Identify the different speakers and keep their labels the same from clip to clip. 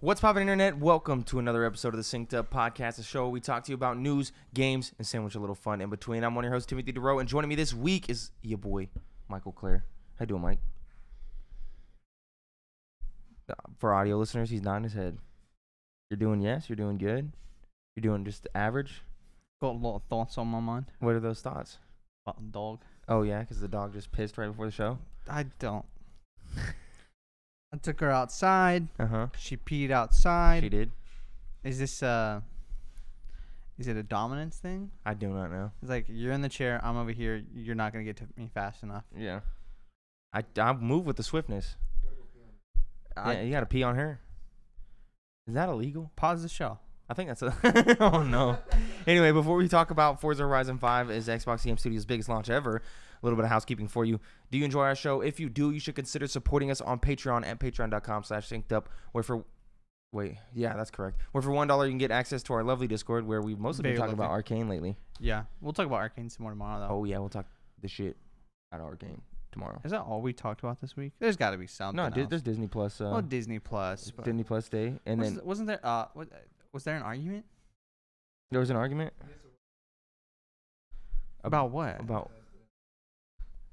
Speaker 1: What's poppin' internet? Welcome to another episode of the Synced Up Podcast, the show where we talk to you about news, games, and sandwich a little fun in between. I'm one of your hosts, Timothy DeRoe, and joining me this week is your boy, Michael Clare. How you doing, Mike? Uh, For audio listeners, he's nodding his head. You're doing yes, you're doing good. You're doing just average.
Speaker 2: Got a lot of thoughts on my mind
Speaker 1: What are those thoughts?
Speaker 2: about the dog.
Speaker 1: Oh yeah, because the dog just pissed right before the show.
Speaker 2: I don't. I took her outside.
Speaker 1: Uh huh.
Speaker 2: She peed
Speaker 1: She
Speaker 2: outside.
Speaker 1: did.
Speaker 2: Is this uh? Is it a dominance thing?
Speaker 1: I do not know.
Speaker 2: It's like you're in the chair. I'm over here. You're not gonna get to me fast enough.
Speaker 1: Yeah. I I move with the swiftness. yeah,
Speaker 2: I,
Speaker 1: you gotta pee on her. Is that illegal?
Speaker 2: pause the show.
Speaker 1: I think that's a. oh no. Anyway, before we talk about Forza Horizon 5 is Xbox EM Studios' biggest launch ever. A little bit of housekeeping for you. Do you enjoy our show? If you do, you should consider supporting us on Patreon at patreon.com slash synced up, where for wait, yeah, that's correct. Where for one dollar you can get access to our lovely Discord where we've mostly been
Speaker 2: Very
Speaker 1: talking about
Speaker 2: lovely.
Speaker 1: Arcane lately.
Speaker 2: Yeah, we'll talk about Arcane some more tomorrow though.
Speaker 1: Oh yeah, we'll talk the shit out of Arcane tomorrow.
Speaker 2: Is that all we talked about this week? There's got to be something.
Speaker 1: No, Di-
Speaker 2: else.
Speaker 1: there's Disney Plus uh,
Speaker 2: well, Disney Plus. But
Speaker 1: Disney Plus Day. And
Speaker 2: was
Speaker 1: then
Speaker 2: th- wasn't there uh? What, was there an argument
Speaker 1: there was an argument
Speaker 2: about what?
Speaker 1: about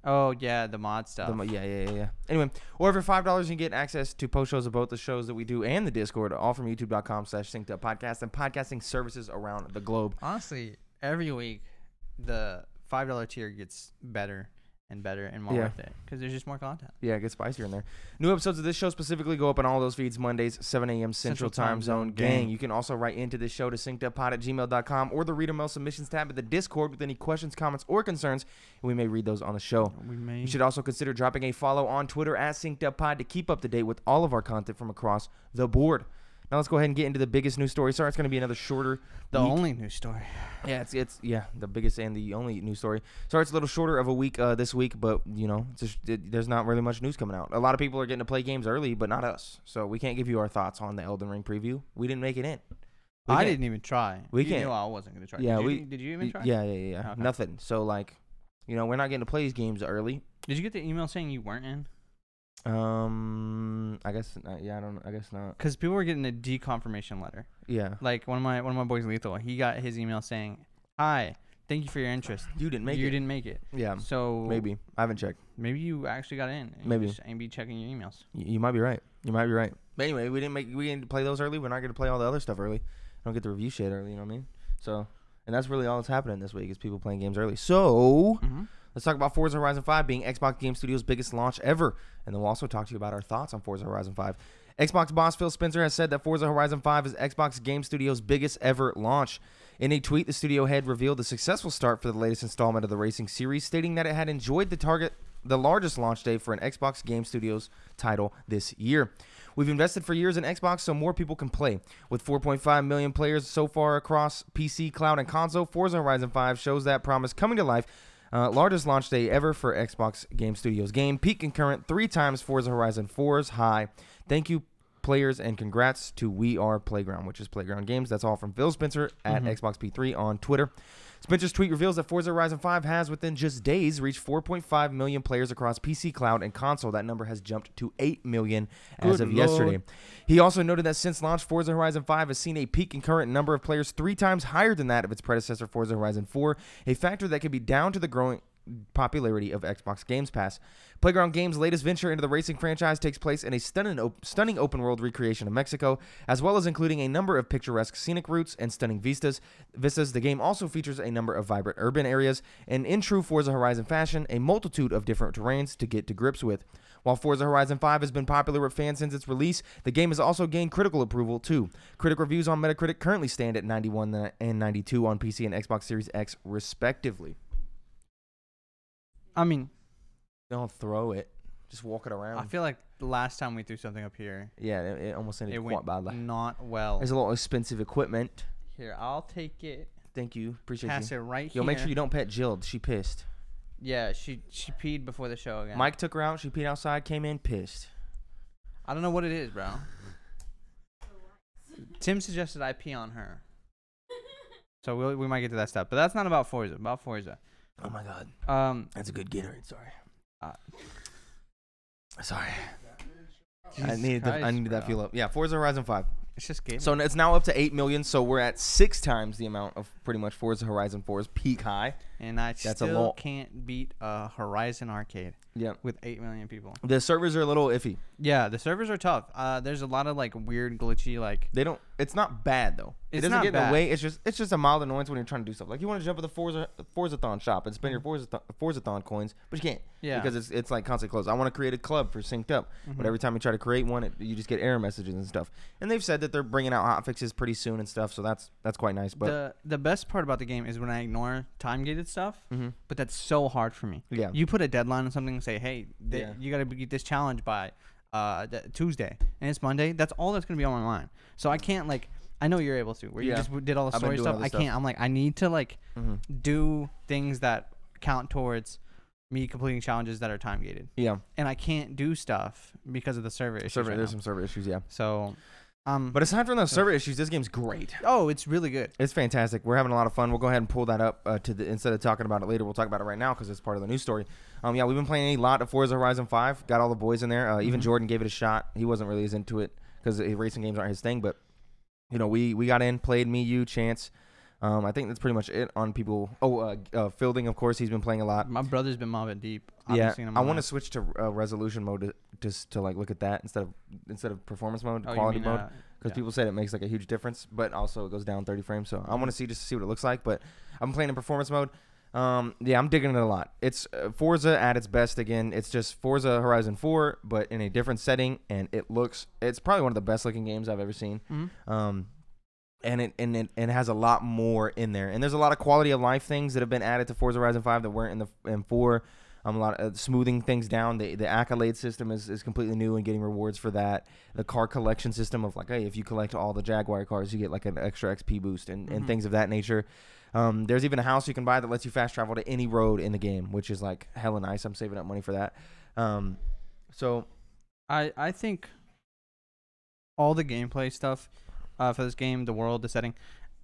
Speaker 2: oh yeah, the mod stuff.
Speaker 1: The mo- yeah, yeah, yeah, yeah. Anyway, or for five dollars, you can get access to post shows of both the shows that we do and the Discord, all from youtube.com slash synced up podcast and podcasting services around the globe.
Speaker 2: Honestly, every week the five dollar tier gets better and better and more
Speaker 1: Yeah.
Speaker 2: worth it because there's just more content.
Speaker 1: Yeah, it gets spicier in there. New episodes of this show specifically go up on all those feeds Mondays, 7 a.m. Central,
Speaker 2: Central
Speaker 1: Time
Speaker 2: Time
Speaker 1: Zone.
Speaker 2: Zone,
Speaker 1: Gang.
Speaker 2: gang.
Speaker 1: You can also write into this show to syncedupod at gmail.com or the reader mail submissions tab at the Discord with any questions, comments, or concerns. And we may read those on the show.
Speaker 2: We may.
Speaker 1: You should also consider dropping a follow on Twitter at SyncedUpPod to keep up to date with all of our content from across the board. Now let's go ahead and get into the biggest news story. Sorry, it's going to be another shorter.
Speaker 2: the
Speaker 1: week.
Speaker 2: only news story.
Speaker 1: yeah, it's it's yeah the biggest and the only news story. Sorry, it's a little shorter of a week uh, this week, but you know, it's just, it, there's not really much news coming out. A lot of people are getting to play games early, but not us. So we can't give you our thoughts on the Elden Ring preview. We didn't make it in. We
Speaker 2: I
Speaker 1: can't-
Speaker 2: didn't even try.
Speaker 1: we
Speaker 2: you
Speaker 1: can't-
Speaker 2: knew I wasn't gonna try.
Speaker 1: Yeah,
Speaker 2: did you,
Speaker 1: we-
Speaker 2: did you even try?
Speaker 1: Yeah, yeah, yeah, yeah.
Speaker 2: Okay.
Speaker 1: Nothing. So like, you know, we're not getting to play these games early.
Speaker 2: Did you get the email saying you weren't in?
Speaker 1: Um, I guess not, yeah, I don't. I guess not.
Speaker 2: Because people were getting a deconfirmation letter.
Speaker 1: Yeah.
Speaker 2: Like one of my one of my boys, Lethal. He got his email saying, "Hi, thank you for your interest.
Speaker 1: You didn't make
Speaker 2: you
Speaker 1: it.
Speaker 2: didn't make it.
Speaker 1: Yeah,
Speaker 2: So
Speaker 1: maybe. I haven't checked.
Speaker 2: maybe you actually got in. And you
Speaker 1: Maybe.
Speaker 2: just ain't be checking your emails.
Speaker 1: You, you might be right. You might be right. But anyway, we didn't make we didn't play those early. We're not going to play all the other stuff early. I don't get to review shit early. You know what I mean? So, and that's really all that's happening this week is people playing games early. So
Speaker 2: Mm-hmm.
Speaker 1: let's talk about Forza Horizon 5 being Xbox Game Studios' biggest launch ever, and then we'll also talk to you about our thoughts on Forza Horizon 5. Xbox boss Phil Spencer has said that Forza Horizon 5 is Xbox Game Studios' biggest ever launch. In a tweet, the studio head revealed the successful start for the latest installment of the racing series, stating that it had enjoyed the target the largest launch day for an Xbox Game Studios title this year. We've invested for years in Xbox so more people can play. With 4.5 million players so far across PC, cloud, and console, Forza Horizon 5 shows that promise coming to life. Uh, largest launch day ever for Xbox Game Studios game. Peak concurrent three times Forza Horizon 4's high. Thank you, players, and congrats to We Are Playground, which is Playground Games. That's all from Phil Spencer at
Speaker 2: Mhm.
Speaker 1: Xbox P3 on Twitter. Spencer's tweet reveals that Forza Horizon 5 has, within just days, reached 4.5 million players across PC, cloud, and console. That number has jumped to 8 million as
Speaker 2: Good
Speaker 1: of yesterday.
Speaker 2: lord.
Speaker 1: He also noted that since launch, Forza Horizon 5 has seen a peak in current number of players three times higher than that of its predecessor, Forza Horizon 4, a factor that could be down to the growing popularity of Xbox Games Pass. Playground Games' latest venture into the racing franchise takes place in a stunning, op- stunning open world recreation of Mexico, as well as including a number of picturesque scenic routes and stunning vistas. Vistas. The game also features a number of vibrant urban areas and, in true Forza Horizon fashion, a multitude of different terrains to get to grips with. While Forza Horizon 5 has been popular with fans since its release, the game has also gained critical approval too. Critic reviews on Metacritic currently stand at 91 and 92 on PC and Xbox Series X, respectively.
Speaker 2: I mean,
Speaker 1: Don't throw it. Just walk it around.
Speaker 2: I feel like the last time we threw something up here,
Speaker 1: yeah, it, it almost ended
Speaker 2: it
Speaker 1: quite
Speaker 2: went
Speaker 1: badly.
Speaker 2: not well.
Speaker 1: There's a lot of expensive equipment.
Speaker 2: Here, I'll take it.
Speaker 1: Thank you. Appreciate
Speaker 2: Pass
Speaker 1: you.
Speaker 2: it right
Speaker 1: Yo,
Speaker 2: here.
Speaker 1: make sure you don't pet Jill. She pissed.
Speaker 2: Yeah, she she peed before the show again.
Speaker 1: Mike took her out. She peed outside, came in, pissed.
Speaker 2: I don't know what it is, bro. Tim suggested I pee on her, so we we might get to that stuff. But that's not about Forza. About Forza.
Speaker 1: Oh my god.
Speaker 2: Um,
Speaker 1: That's a good Gatorade. Sorry.
Speaker 2: Uh,
Speaker 1: Sorry. I
Speaker 2: Jesus
Speaker 1: needed the- I
Speaker 2: Christ,
Speaker 1: needed that
Speaker 2: bro.
Speaker 1: fuel up. Yeah, Forza Horizon Five.
Speaker 2: It's just game.
Speaker 1: So it's now up to eight million. So we're at six times the amount of pretty much Forza Horizon 4's peak high.
Speaker 2: and I
Speaker 1: That's a
Speaker 2: still
Speaker 1: lot.
Speaker 2: can't beat uh, Horizon Arcade
Speaker 1: Yeah.
Speaker 2: with eight million people.
Speaker 1: The servers are a little iffy.
Speaker 2: Yeah, the servers are tough. Uh, there's a lot of like weird glitchy like.
Speaker 1: They don't. It's not bad though. it
Speaker 2: It's
Speaker 1: doesn't
Speaker 2: not
Speaker 1: get in the
Speaker 2: bad.
Speaker 1: way. It's just it's just a mild annoyance when you're trying to do stuff. Like you want to jump at the Forza Forzathon shop and spend your Forzathon, Forzathon coins, but you can't.
Speaker 2: Mm-hmm. Yeah. Mm-hmm.
Speaker 1: Because it's it's like constantly closed. I want to create a club for Synced Up, but every time you try to create one, it, you just get error messages and stuff. And they've said that they're bringing out hot fixes pretty soon and stuff. So that's that's quite nice. But
Speaker 2: the the best part about the game is when I ignore time gated stuff, but that's so hard for me.
Speaker 1: Mm-hmm. Yeah.
Speaker 2: You put a deadline on something and say, hey, th-
Speaker 1: Yeah.
Speaker 2: you got to beat this challenge by uh, th- Tuesday, and it's Monday. That's all that's gonna be on my mind. So I can't like. I know you're able to. Where you
Speaker 1: Yeah.
Speaker 2: just w- did all the
Speaker 1: I've been
Speaker 2: story
Speaker 1: doing
Speaker 2: stuff.
Speaker 1: all
Speaker 2: I
Speaker 1: this
Speaker 2: can't.
Speaker 1: stuff. Mm-hmm.
Speaker 2: I'm like, I need to like do things that count towards me completing challenges that are time gated,
Speaker 1: yeah,
Speaker 2: and I can't do stuff because of the server issues.
Speaker 1: server.
Speaker 2: right
Speaker 1: there's
Speaker 2: now.
Speaker 1: some server issues. Yeah.
Speaker 2: So, um,
Speaker 1: But aside from those server issues, this game's great.
Speaker 2: oh, it's really good.
Speaker 1: It's fantastic. We're having a lot of fun. We'll go ahead and pull that up uh, to the instead of talking about it later. We'll talk about it right now because it's part of the news story. Um, yeah, we've been playing a lot of Forza Horizon Five. Got all the boys in there. Uh,
Speaker 2: Mm-hmm.
Speaker 1: even Jordan gave it a shot. He wasn't really as into it because racing games aren't his thing. But you know, we we got in, played me, you, Chance. Um, I think that's pretty much it on people. Oh, uh, uh, Fielding, of course, he's been playing a lot.
Speaker 2: My brother's been mobbing deep.
Speaker 1: Yeah,
Speaker 2: Obviously,
Speaker 1: I want to switch to uh, resolution mode to, just to like look at that instead of instead of performance mode,
Speaker 2: Oh, you
Speaker 1: quality
Speaker 2: mean,
Speaker 1: mode
Speaker 2: uh,
Speaker 1: because
Speaker 2: Yeah.
Speaker 1: people said it makes like a huge difference, but also it goes down 30 frames. So I want to see just to see what it looks like. But I'm playing in performance mode. Um, yeah, I'm digging it a lot. It's uh, Forza at its best again. It's just Forza Horizon 4, but in a different setting, and it looks. It's probably one of the best looking games I've ever seen.
Speaker 2: Mhm.
Speaker 1: Um, and it and it and it has a lot more in there. And there's a lot of quality of life things that have been added to Forza Horizon 5 that weren't in the in 4. Um, a lot of uh, smoothing things down. The the accolade system is, is completely new and getting rewards for that. The car collection system of like, hey, if you collect all the Jaguar cars, you get like an extra XP boost and, and
Speaker 2: Mhm.
Speaker 1: things of that nature. Um, there's even a house you can buy that lets you fast travel to any road in the game, which is like hella nice. I'm saving up money for that. Um, so
Speaker 2: I I think all the gameplay stuff uh, for this game, the world, the setting,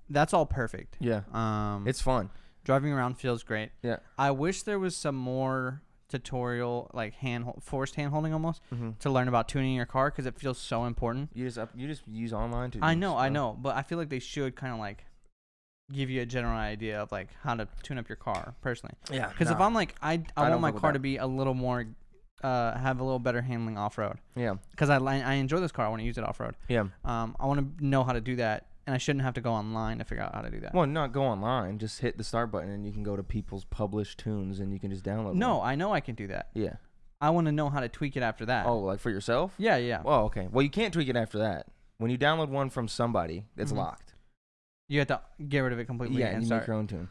Speaker 2: that's all perfect.
Speaker 1: yeah,
Speaker 2: Um,
Speaker 1: it's fun.
Speaker 2: driving around feels great.
Speaker 1: Yeah.
Speaker 2: I wish there was some more tutorial, like hand forced hand holding almost,
Speaker 1: hmm
Speaker 2: to learn about tuning your car because it feels so important.
Speaker 1: You just up, you just use online to.
Speaker 2: I
Speaker 1: use
Speaker 2: know, I
Speaker 1: stuff.
Speaker 2: know, but I feel like they should kind of like give you a general idea of like how to tune up your car personally.
Speaker 1: Yeah,
Speaker 2: Because if
Speaker 1: nah.
Speaker 2: I'm like, I,
Speaker 1: I
Speaker 2: I,
Speaker 1: don't
Speaker 2: want my
Speaker 1: fuck with
Speaker 2: car
Speaker 1: that.
Speaker 2: to be a little more, uh, have a little better handling off road.
Speaker 1: yeah
Speaker 2: Because I, li- I enjoy this car. I want to use it off road.
Speaker 1: yeah.
Speaker 2: Um, I want to know how to do that, and I shouldn't have to go online to figure out how to do that.
Speaker 1: Well, not go online. Just hit the start button, and you can go to people's published tunes, and you can just download. one.
Speaker 2: no, I know I can do that.
Speaker 1: Yeah.
Speaker 2: I want to know how to tweak it after that.
Speaker 1: Oh, like for yourself?
Speaker 2: yeah, yeah.
Speaker 1: Oh, okay. Well, you can't tweak it after that. When you download one from somebody, it's
Speaker 2: Mhm.
Speaker 1: locked.
Speaker 2: You have to get rid of it completely.
Speaker 1: yeah,
Speaker 2: and
Speaker 1: and you
Speaker 2: start.
Speaker 1: make your own tune.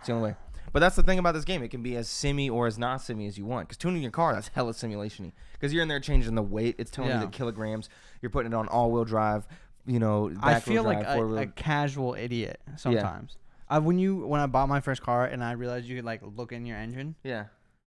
Speaker 1: It's the only way. But that's the thing about this game. It can be as semi or as not semi as you want. Because tuning your car, that's hella simulation y. Because you're in there changing the weight. It's telling
Speaker 2: Yeah.
Speaker 1: you the kilograms. You're putting it on all wheel drive, you know, back
Speaker 2: I
Speaker 1: wheel
Speaker 2: feel like
Speaker 1: drive,
Speaker 2: a,
Speaker 1: four wheel.
Speaker 2: a casual idiot sometimes. I, when you when I bought my first car and I realized you could like look in your engine,
Speaker 1: yeah.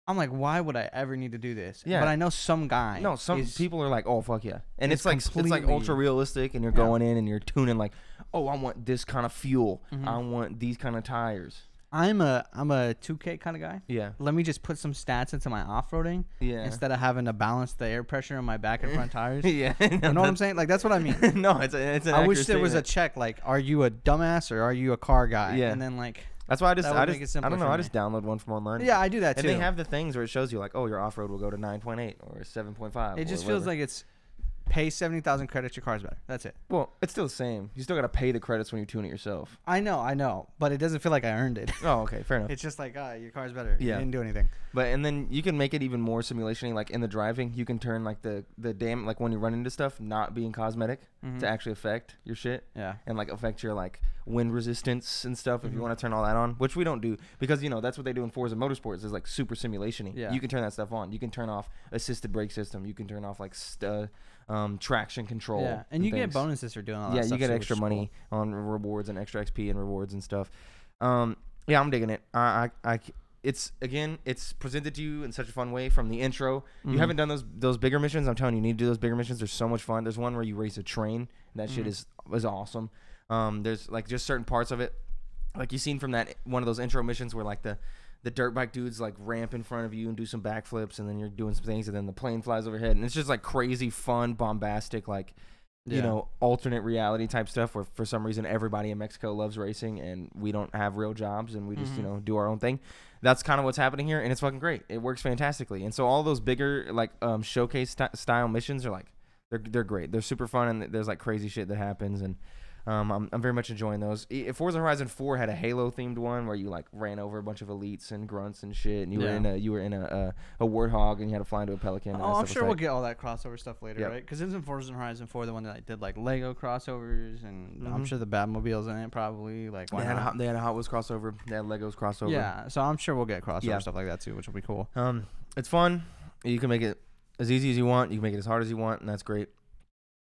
Speaker 2: I'm like, why would I ever need to do this?
Speaker 1: Yeah.
Speaker 2: But I know some guy.
Speaker 1: No, some
Speaker 2: is-
Speaker 1: people are like, "Oh fuck yeah," and it's,
Speaker 2: It's
Speaker 1: like it's like ultra
Speaker 2: completely-
Speaker 1: realistic, and you're
Speaker 2: Yeah.
Speaker 1: going in and you're tuning like, "Oh, I want this kind of fuel.
Speaker 2: Mhm.
Speaker 1: I want these kind of tires."
Speaker 2: I'm a I'm a 2K kind of guy.
Speaker 1: Yeah,
Speaker 2: Let me just put some stats into my off roading
Speaker 1: yeah,
Speaker 2: instead of having to balance the air pressure on my back and front tires. You
Speaker 1: yeah.
Speaker 2: know what I'm saying? Like that's what I mean.
Speaker 1: saying? no, it's a, it's an.
Speaker 2: I wish
Speaker 1: accurate
Speaker 2: there was a
Speaker 1: statement.
Speaker 2: check like, are you a dumbass or are you a car guy?
Speaker 1: Yeah.
Speaker 2: And then like,
Speaker 1: That's why I just
Speaker 2: that would
Speaker 1: I
Speaker 2: make it
Speaker 1: just I
Speaker 2: simpler
Speaker 1: don't know.
Speaker 2: for
Speaker 1: I
Speaker 2: me.
Speaker 1: just download one from online.
Speaker 2: yeah, I do that
Speaker 1: and
Speaker 2: too.
Speaker 1: they have the things where it shows you like, "Oh, your off road will go to 9.8 or 7.5."
Speaker 2: it just feels like it's pay seventy thousand credits, your car's better. That's it.
Speaker 1: Well, it's still the same. You still got to pay the credits when you tune it yourself.
Speaker 2: I know, I know, but it doesn't feel like I earned it.
Speaker 1: Oh, okay, fair enough.
Speaker 2: it's just like, ah, your car's better.
Speaker 1: Yeah.
Speaker 2: You didn't do anything.
Speaker 1: But and then you can make it even more simulation like in the driving, you can turn like the the dam like when you run into stuff not being cosmetic
Speaker 2: Mhm.
Speaker 1: to actually affect your shit
Speaker 2: Yeah.
Speaker 1: and like affect your like wind resistance and stuff if you
Speaker 2: Mhm.
Speaker 1: want to turn all that on, which we don't do because you know that's what they do in Forza Motorsports is like super simulation.
Speaker 2: Yeah.
Speaker 1: You can turn that stuff on. You can turn off assisted brake system. You can turn off like st- uh, um, traction control.
Speaker 2: Yeah. And you get
Speaker 1: things
Speaker 2: bonuses for doing all that
Speaker 1: yeah,
Speaker 2: stuff,
Speaker 1: you get
Speaker 2: too, which
Speaker 1: extra
Speaker 2: is cool.
Speaker 1: money on rewards and extra XP and rewards and stuff. Um, yeah, I'm digging it. I, I, I c- it's again, it's presented to you in such a fun way from the intro. You
Speaker 2: Mhm.
Speaker 1: haven't done those those bigger missions. I'm telling you, you need to do those bigger missions. They're so much fun. There's one where you race a train. That shit
Speaker 2: Mhm.
Speaker 1: is is awesome. Um, there's like just certain parts of it, like you seen from that one of those intro missions where like the the dirt bike dudes like ramp in front of you and do some backflips, and then you're doing some things, and then the plane flies overhead, and it's just like crazy, fun, bombastic, like you
Speaker 2: Yeah.
Speaker 1: know, alternate reality type stuff. Where for some reason everybody in Mexico loves racing, and we don't have real jobs, and we just you
Speaker 2: Mhm.
Speaker 1: know do our own thing. That's kind of what's happening here, and it's fucking great. It works fantastically, and so all those bigger like um, showcase st- style missions are like they're they're great. They're super fun, and there's like crazy shit that happens, and um, I'm, I'm very much enjoying those. I- If Forza Horizon 4 had a Halo themed one where you like ran over a bunch of elites and grunts and shit, and you were
Speaker 2: Yeah.
Speaker 1: in a you were in a a, a warthog and you had to fly into a pelican. and that
Speaker 2: Oh, I'm
Speaker 1: stuff was
Speaker 2: sure we'll
Speaker 1: like-
Speaker 2: get all that crossover stuff later,
Speaker 1: Yep.
Speaker 2: right? Because isn't Forza Horizon 4 the one that I did like Lego crossovers, and I'm
Speaker 1: Mhm.
Speaker 2: sure the Batmobile's in it probably. Like, why
Speaker 1: They had, a,
Speaker 2: not?
Speaker 1: hot- they had a Hot Wheels crossover. They had Legos crossover.
Speaker 2: Yeah, so I'm sure we'll get crossover
Speaker 1: Yeah.
Speaker 2: stuff like that too, which will be cool.
Speaker 1: Um, it's fun. You can make it as easy as you want. You can make it as hard as you want, and that's great.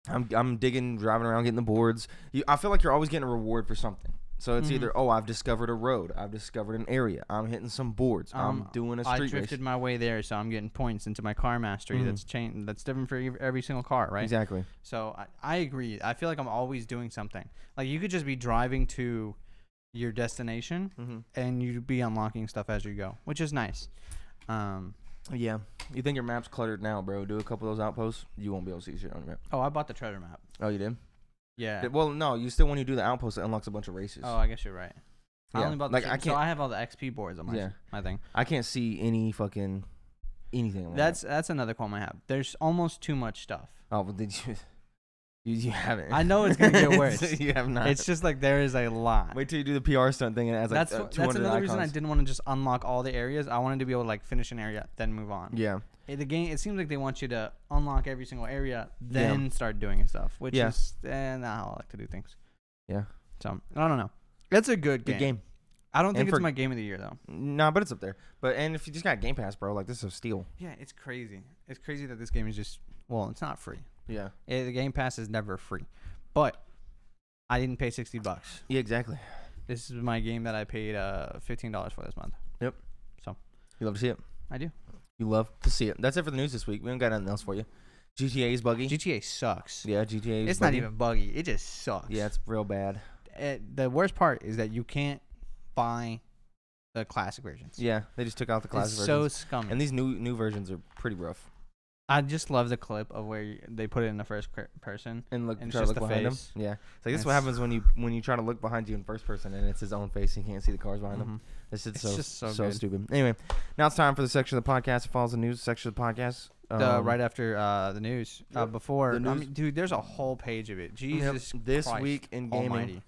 Speaker 1: I'm I'm digging driving around, getting the boards. You, I feel like you're always getting a reward for something. So it's
Speaker 2: Mhm.
Speaker 1: either oh I've discovered a road, I've discovered an area, I'm hitting some boards, I'm
Speaker 2: Um,
Speaker 1: doing a
Speaker 2: I
Speaker 1: street race.
Speaker 2: drifted my way there, so I'm getting points into my car mastery.
Speaker 1: Mhm.
Speaker 2: That's chain. That's different for ev- every single car, right?
Speaker 1: Exactly.
Speaker 2: So I, I agree. I feel like I'm always doing something. Like you could just be driving to your destination
Speaker 1: Mm-hmm.
Speaker 2: and you'd be unlocking stuff as you go, which is nice. Um,
Speaker 1: Yeah. You think your map's cluttered now, bro? Do a couple of those outposts, you won't be able to see shit on your map.
Speaker 2: oh, I bought the treasure map.
Speaker 1: Oh, you did?
Speaker 2: Yeah.
Speaker 1: Did- Well, no. You still when you do the outpost, it unlocks a bunch of races.
Speaker 2: Oh, I guess you're right. I
Speaker 1: Yeah,
Speaker 2: only bought the
Speaker 1: like,
Speaker 2: like,
Speaker 1: I
Speaker 2: so
Speaker 1: can't-
Speaker 2: I have all the XP boards on my
Speaker 1: Yeah.
Speaker 2: my thing.
Speaker 1: I can't see any fucking anything. on my
Speaker 2: That's that's another qualm I have. There's almost too much stuff.
Speaker 1: map. oh, well, did you? You, you haven't.
Speaker 2: I know it's gonna get worse.
Speaker 1: you have not.
Speaker 2: It's just like there is a lot.
Speaker 1: Wait till you do the PR stunt thing and it adds like
Speaker 2: that's
Speaker 1: that's, uh,
Speaker 2: wh-
Speaker 1: 200
Speaker 2: that's another
Speaker 1: icons.
Speaker 2: reason I didn't want to just unlock all the areas. I wanted to be able to like finish an area, then move on.
Speaker 1: Yeah,
Speaker 2: Eh, The game it seems like they want you to unlock every single area, then start doing stuff, which
Speaker 1: Yeah.
Speaker 2: is eh, not how I like to do things.
Speaker 1: Yeah.
Speaker 2: So I don't know. It's a good game.
Speaker 1: good game.
Speaker 2: I don't think
Speaker 1: for-
Speaker 2: it's my game of the year though.
Speaker 1: Nah, but it's up there. But and if you just got Game Pass, bro, like this is a steal.
Speaker 2: Yeah, it's crazy. It's crazy that this game is just well, it's not free.
Speaker 1: Yeah.
Speaker 2: Eh, the Game Pass is never free, but I didn't pay sixty bucks.
Speaker 1: Yeah, exactly.
Speaker 2: This is my game that I paid uh fifteen dollars for this month.
Speaker 1: You love to see it.
Speaker 2: I do.
Speaker 1: You love to see it. That's it for the news this week. We don't got nothing else for you. GTA's buggy.
Speaker 2: GTA sucks.
Speaker 1: yeah, GTA's.
Speaker 2: It's
Speaker 1: buggy.
Speaker 2: not even buggy. It just sucks.
Speaker 1: Yeah, it's real bad.
Speaker 2: Eh, the worst part is that you can't buy the classic versions.
Speaker 1: Yeah, they just took out the classic versions.
Speaker 2: it's so scummy.
Speaker 1: and these new new versions are pretty rough.
Speaker 2: I just love the clip of where you, they put it in the first cr- person.
Speaker 1: And look,
Speaker 2: And it's
Speaker 1: try to
Speaker 2: just
Speaker 1: look
Speaker 2: the
Speaker 1: behind
Speaker 2: face.
Speaker 1: them. Yeah, it's like this is what
Speaker 2: It's-
Speaker 1: happens when you when you try to look behind you in first person and it's his own face. You can't see the cars behind him.
Speaker 2: Mhm.
Speaker 1: This is
Speaker 2: It's
Speaker 1: so
Speaker 2: just
Speaker 1: so,
Speaker 2: so good.
Speaker 1: stupid. Anyway, now it's time for the section of the podcast that follows the news section of the podcast.
Speaker 2: The-
Speaker 1: Um,
Speaker 2: right after uh, the news, uh,
Speaker 1: Yep.
Speaker 2: before,
Speaker 1: The
Speaker 2: I
Speaker 1: news-
Speaker 2: mean, dude, there's a whole page of it.
Speaker 1: yep,
Speaker 2: Jesus
Speaker 1: this
Speaker 2: Christ
Speaker 1: week in gaming,
Speaker 2: Almighty.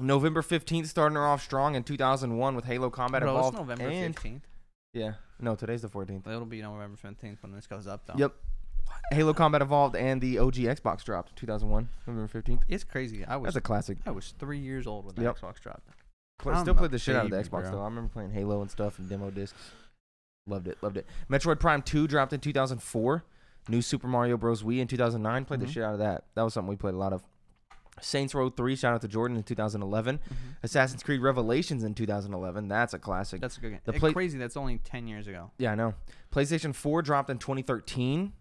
Speaker 1: November fifteenth, starting her off strong in two thousand one with Halo Combat
Speaker 2: Bro,
Speaker 1: Evolved.
Speaker 2: it's November
Speaker 1: and-
Speaker 2: 15th.
Speaker 1: Yeah, no, today's the fourteenth.
Speaker 2: It'll be November 15th when this goes up, though.
Speaker 1: Yep. Halo Combat Evolved and the OG Xbox dropped two thousand one, November fifteenth.
Speaker 2: It's crazy. I was
Speaker 1: That's a classic.
Speaker 2: I was three years old when the
Speaker 1: Yep.
Speaker 2: Xbox dropped.
Speaker 1: Pl-
Speaker 2: I'm
Speaker 1: still
Speaker 2: a
Speaker 1: played the shit out of the
Speaker 2: baby,
Speaker 1: Xbox
Speaker 2: bro.
Speaker 1: though. I remember playing Halo and stuff and demo discs. Loved it, loved it. Metroid Prime Two dropped in two thousand four. New Super Mario Bros. Wii in two thousand nine. Played
Speaker 2: Mhm.
Speaker 1: the shit out of that. That was something we played a lot of. Saints Row Three. Shout out to Jordan in two thousand eleven. Assassin's Creed Revelations in two thousand eleven. That's a classic.
Speaker 2: That's a good game.
Speaker 1: The
Speaker 2: Eh,
Speaker 1: play-
Speaker 2: crazy. That's only 10 years ago.
Speaker 1: yeah, I know. PlayStation Four dropped in twenty thirteen.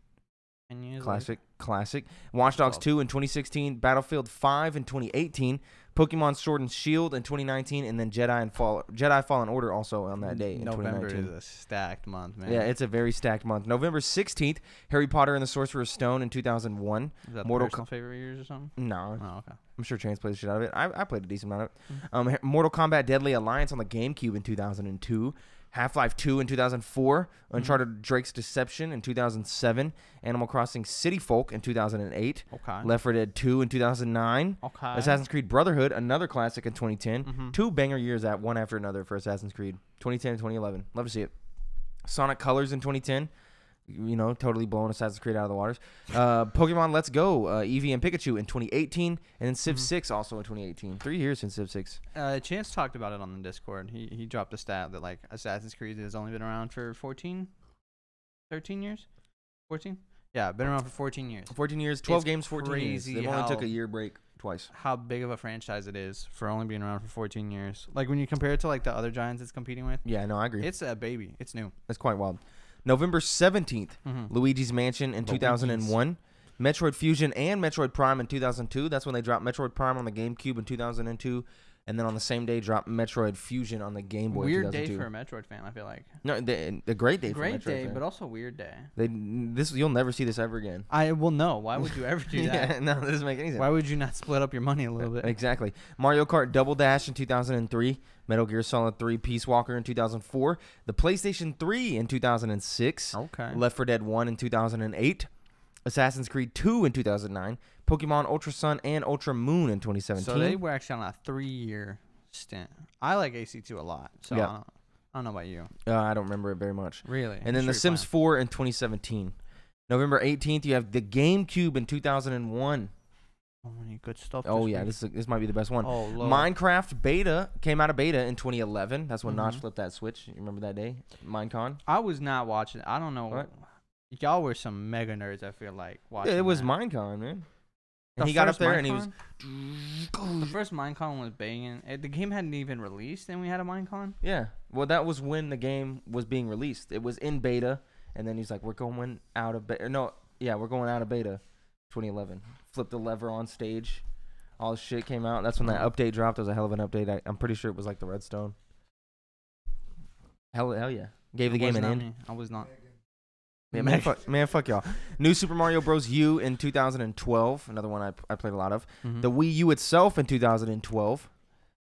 Speaker 2: 10 years later.
Speaker 1: Classic, classic. Watch Dogs
Speaker 2: Love.
Speaker 1: 2 in 2016, Battlefield 5 in 2018, Pokemon Sword and Shield in 2019, and then Jedi and Fall Jedi Fallen Order also on that day in
Speaker 2: November
Speaker 1: 2019.
Speaker 2: is a stacked month, man.
Speaker 1: Yeah, it's a very stacked month. November 16th, Harry Potter and the Sorcerer's Stone in 2001.
Speaker 2: Is that
Speaker 1: Mortal
Speaker 2: Mortal personal favorite of yours or something?
Speaker 1: No,
Speaker 2: Oh, okay.
Speaker 1: I'm sure Chance played the shit out of it. I, I played a decent amount of
Speaker 2: Mm.
Speaker 1: it. Um, Ha- Mortal Kombat Deadly Alliance on the GameCube in 2002. Half Life 2 in 2004,
Speaker 2: Mm.
Speaker 1: Uncharted Drake's Deception in 2007, Animal Crossing City Folk in 2008,
Speaker 2: Okay.
Speaker 1: Left 4 Dead 2 in 2009,
Speaker 2: okay.
Speaker 1: Assassin's Creed Brotherhood, another classic in 2010.
Speaker 2: Mhm.
Speaker 1: Two banger years at one after another for Assassin's Creed 2010 and 2011. Love to see it. Sonic Colors in 2010. You know, totally blowing Assassin's Creed out of the waters. Uh, Pokemon Let's Go, uh, Eevee and Pikachu in 2018, and then Civ
Speaker 2: Mhm.
Speaker 1: 6 also in 2018. Three years since Civ 6.
Speaker 2: Uh, Chance talked about it on the Discord. He he dropped a stat that like Assassin's Creed has only been around for 14, 13 years, fourteen. Yeah, been around for 14 years.
Speaker 1: 14 years, 12
Speaker 2: It's
Speaker 1: games, 14 years.
Speaker 2: crazy
Speaker 1: They only took
Speaker 2: how-
Speaker 1: a year break twice.
Speaker 2: How big of a franchise it is for only being around for 14 years. Like when you compare it to like the other giants it's competing with,
Speaker 1: Yeah, no, I agree.
Speaker 2: it's a baby. It's new.
Speaker 1: That's quite wild. November 17th,
Speaker 2: Mm-hmm.
Speaker 1: Hmm. Luigi's Mansion in 2001, Metroid Fusion and Metroid Prime in 2002. That's when they dropped Metroid Prime on the GameCube in 2002, and then on the same day dropped Metroid Fusion on the Game Boy.
Speaker 2: Weird day
Speaker 1: 2002.
Speaker 2: for a Metroid fan. I feel like
Speaker 1: no, they, a great day.
Speaker 2: great
Speaker 1: for Metroid
Speaker 2: day,
Speaker 1: fan.
Speaker 2: but also weird day.
Speaker 1: they this you'll never see this ever again.
Speaker 2: I will know. Why would you ever do that?
Speaker 1: yeah, no, that doesn't make any sense.
Speaker 2: Why would you not split up your money a little bit?
Speaker 1: Exactly. Mario Kart Double Dash in 2003, Metal Gear Solid 3 Peace Walker in 2004, the PlayStation 3 in 2006,
Speaker 2: Okay.
Speaker 1: Left 4 Dead 1 in 2008, Assassin's Creed 2 in 2009, Pokemon Ultra Sun and Ultra Moon in 2017.
Speaker 2: So they were actually on a three-year stint. I like AC2 a lot, so
Speaker 1: Yeah.
Speaker 2: I, don't, I don't know about you.
Speaker 1: Uh, I don't remember it very much.
Speaker 2: Really?
Speaker 1: And then The Sims 4 in 2017. November 18th, you have the GameCube in 2001.
Speaker 2: So many good stuff.
Speaker 1: Oh,
Speaker 2: this
Speaker 1: yeah,
Speaker 2: week.
Speaker 1: this, is- this might be the best one.
Speaker 2: Oh, Lord.
Speaker 1: Minecraft beta came out of beta in 2011. That's when Notch
Speaker 2: Mhm.
Speaker 1: flipped that switch. You remember that day? Minecon?
Speaker 2: I was not watching. I don't know.
Speaker 1: What?
Speaker 2: Y'all were some mega nerds. I feel like watching.
Speaker 1: Yeah, it was
Speaker 2: that.
Speaker 1: Minecon, man.
Speaker 2: The
Speaker 1: And he got up
Speaker 2: first
Speaker 1: there and he was.
Speaker 2: Minecon- the first Minecon was banging. It, the game hadn't even released, and we had a Minecon.
Speaker 1: Yeah. Well, that was when the game was being released. It was in beta, and then he's like, "We're going out of beta." No, yeah, we're going out of beta. 2011. Flipped the lever on stage. All this shit came out. That's when that
Speaker 2: Mhm.
Speaker 1: update dropped. It was a hell of an update. I, I'm pretty sure it was like the Redstone. Hell, hell yeah. Gave the
Speaker 2: It
Speaker 1: game
Speaker 2: was
Speaker 1: an
Speaker 2: not
Speaker 1: end.
Speaker 2: me. I was not.
Speaker 1: Yeah, man, fuck, man, fuck y'all. New Super Mario Bros. U in 2012. Another one I, I played a lot of.
Speaker 2: Mhm.
Speaker 1: the Wii U itself in 2012,